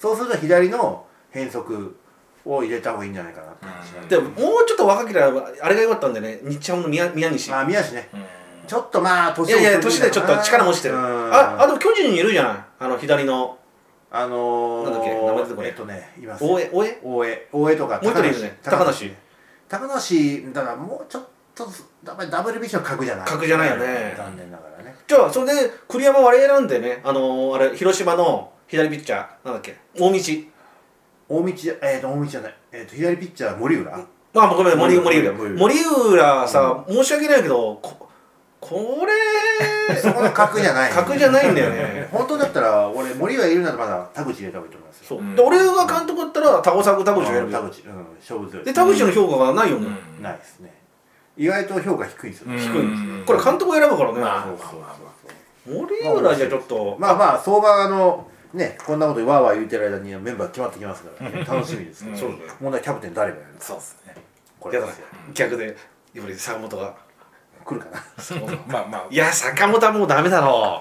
Speaker 1: そうすると左の変則を入れた方がいいんじゃないかなって話なんで、
Speaker 2: でももうちょっと若ければあれが良かったんだよね日ハムの宮宮西
Speaker 1: まあ宮市ね
Speaker 3: うん
Speaker 1: ちょっとまあ
Speaker 2: い
Speaker 1: 年
Speaker 2: やいや
Speaker 1: 取
Speaker 2: 年
Speaker 1: る
Speaker 2: で
Speaker 1: ん
Speaker 2: ち
Speaker 1: じ
Speaker 2: ょ
Speaker 1: ゃ
Speaker 2: っ
Speaker 1: ないかな
Speaker 2: と力も落ちてる
Speaker 1: うん
Speaker 2: ああでも巨人にいるじゃないあの左の
Speaker 1: あのー、
Speaker 2: なんだっけ名前出てこない
Speaker 1: えっとね、います
Speaker 2: 大
Speaker 1: 大
Speaker 2: 江大江
Speaker 1: 江、大江とか
Speaker 2: もう一人いるね高梨
Speaker 1: 高梨、だからもうちょっと、やっぱり WBC の格じゃない。
Speaker 2: 格じゃないよね
Speaker 1: 残念ながらね。
Speaker 2: じゃあそれで栗山はあれ選んでねあのーあれ広島の左ピッチャーなんだっけ大道
Speaker 1: 大道、えっ、と、大道じゃない。えっ、と、左ピッチャー、森浦。
Speaker 2: まあ、ごめん、森森
Speaker 1: 森
Speaker 2: 浦。
Speaker 1: 浦
Speaker 2: 森浦さ、申し訳ないけど、ここ
Speaker 1: そ
Speaker 2: れ、
Speaker 1: この格じゃない。
Speaker 2: 格じゃないんだよね。
Speaker 1: 本当だったら、俺、森浦いるならまだ田口入れた方がいいと思いますよ。
Speaker 2: そう
Speaker 3: うん
Speaker 2: で俺が監督だったら、タコサク、タコチをやる
Speaker 1: うん田口、うん、勝負強い。
Speaker 2: で、タコチの評価がないよ
Speaker 3: う
Speaker 2: ね。
Speaker 3: ん
Speaker 1: ないですね。意外と評価低いんですよ。
Speaker 3: うん
Speaker 2: 低いん
Speaker 3: うん
Speaker 2: ですこれ、監督が選ぶから
Speaker 3: ま
Speaker 2: ね。
Speaker 1: そうそうそうそう。
Speaker 2: 森浦じゃちょっと、
Speaker 1: まあまあ相場あのねこんなことわーわー言うてる間にメンバー決まってきますから、ね、楽しみですね、
Speaker 3: うん
Speaker 2: そうだよ
Speaker 1: 問題キャプテン誰がやるんです
Speaker 3: そうですね
Speaker 1: これ
Speaker 2: や
Speaker 1: で
Speaker 2: だね
Speaker 1: すよ
Speaker 2: 逆で、やっぱり坂本が。
Speaker 1: 来るかな
Speaker 3: まあまあ
Speaker 2: いや坂本はもうダメだろ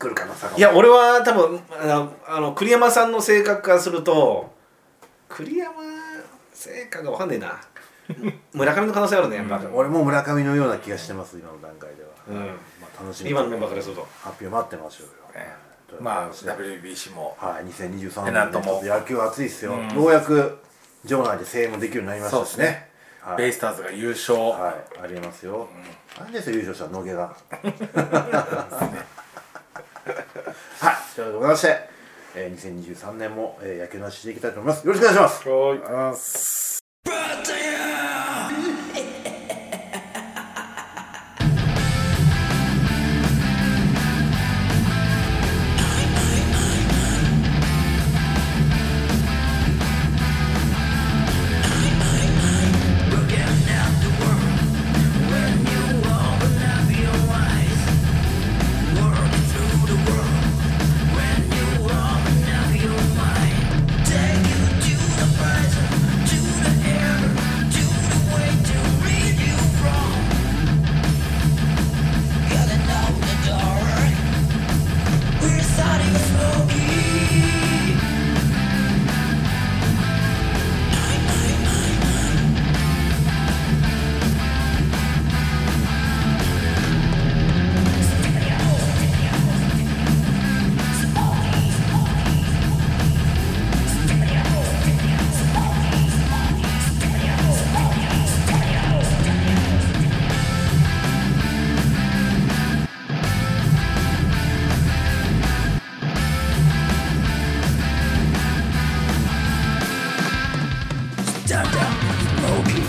Speaker 1: 来るかな坂
Speaker 2: う
Speaker 1: 本
Speaker 2: いや俺は多分あのあの栗山さんの性格からすると栗山性格が分かんねえな村上の可能性あるねやっぱ、
Speaker 1: 俺も村上のような気がしてます今の段階では、
Speaker 2: うん
Speaker 1: まあ、楽しみ
Speaker 2: 今のメンバーからすると
Speaker 1: 発表待ってましょうよ、
Speaker 3: ね
Speaker 1: ということで
Speaker 3: まあ WBC も
Speaker 1: はい、2023
Speaker 3: ね
Speaker 1: 年、
Speaker 3: な
Speaker 1: ね、
Speaker 3: ん
Speaker 1: ち
Speaker 3: と
Speaker 1: ょっ
Speaker 3: も
Speaker 1: と野球熱いですよ、
Speaker 3: うん
Speaker 1: ようやく場内で声援もできるようになりましたしねはい、
Speaker 3: ベイスターズが優勝、
Speaker 1: はい、ありますよ、なんですよ優勝した野毛がはいということでございまして、えー、2023年も、えー野球の話していきたいと思いますよろしくお願いします
Speaker 4: ダダスモーキー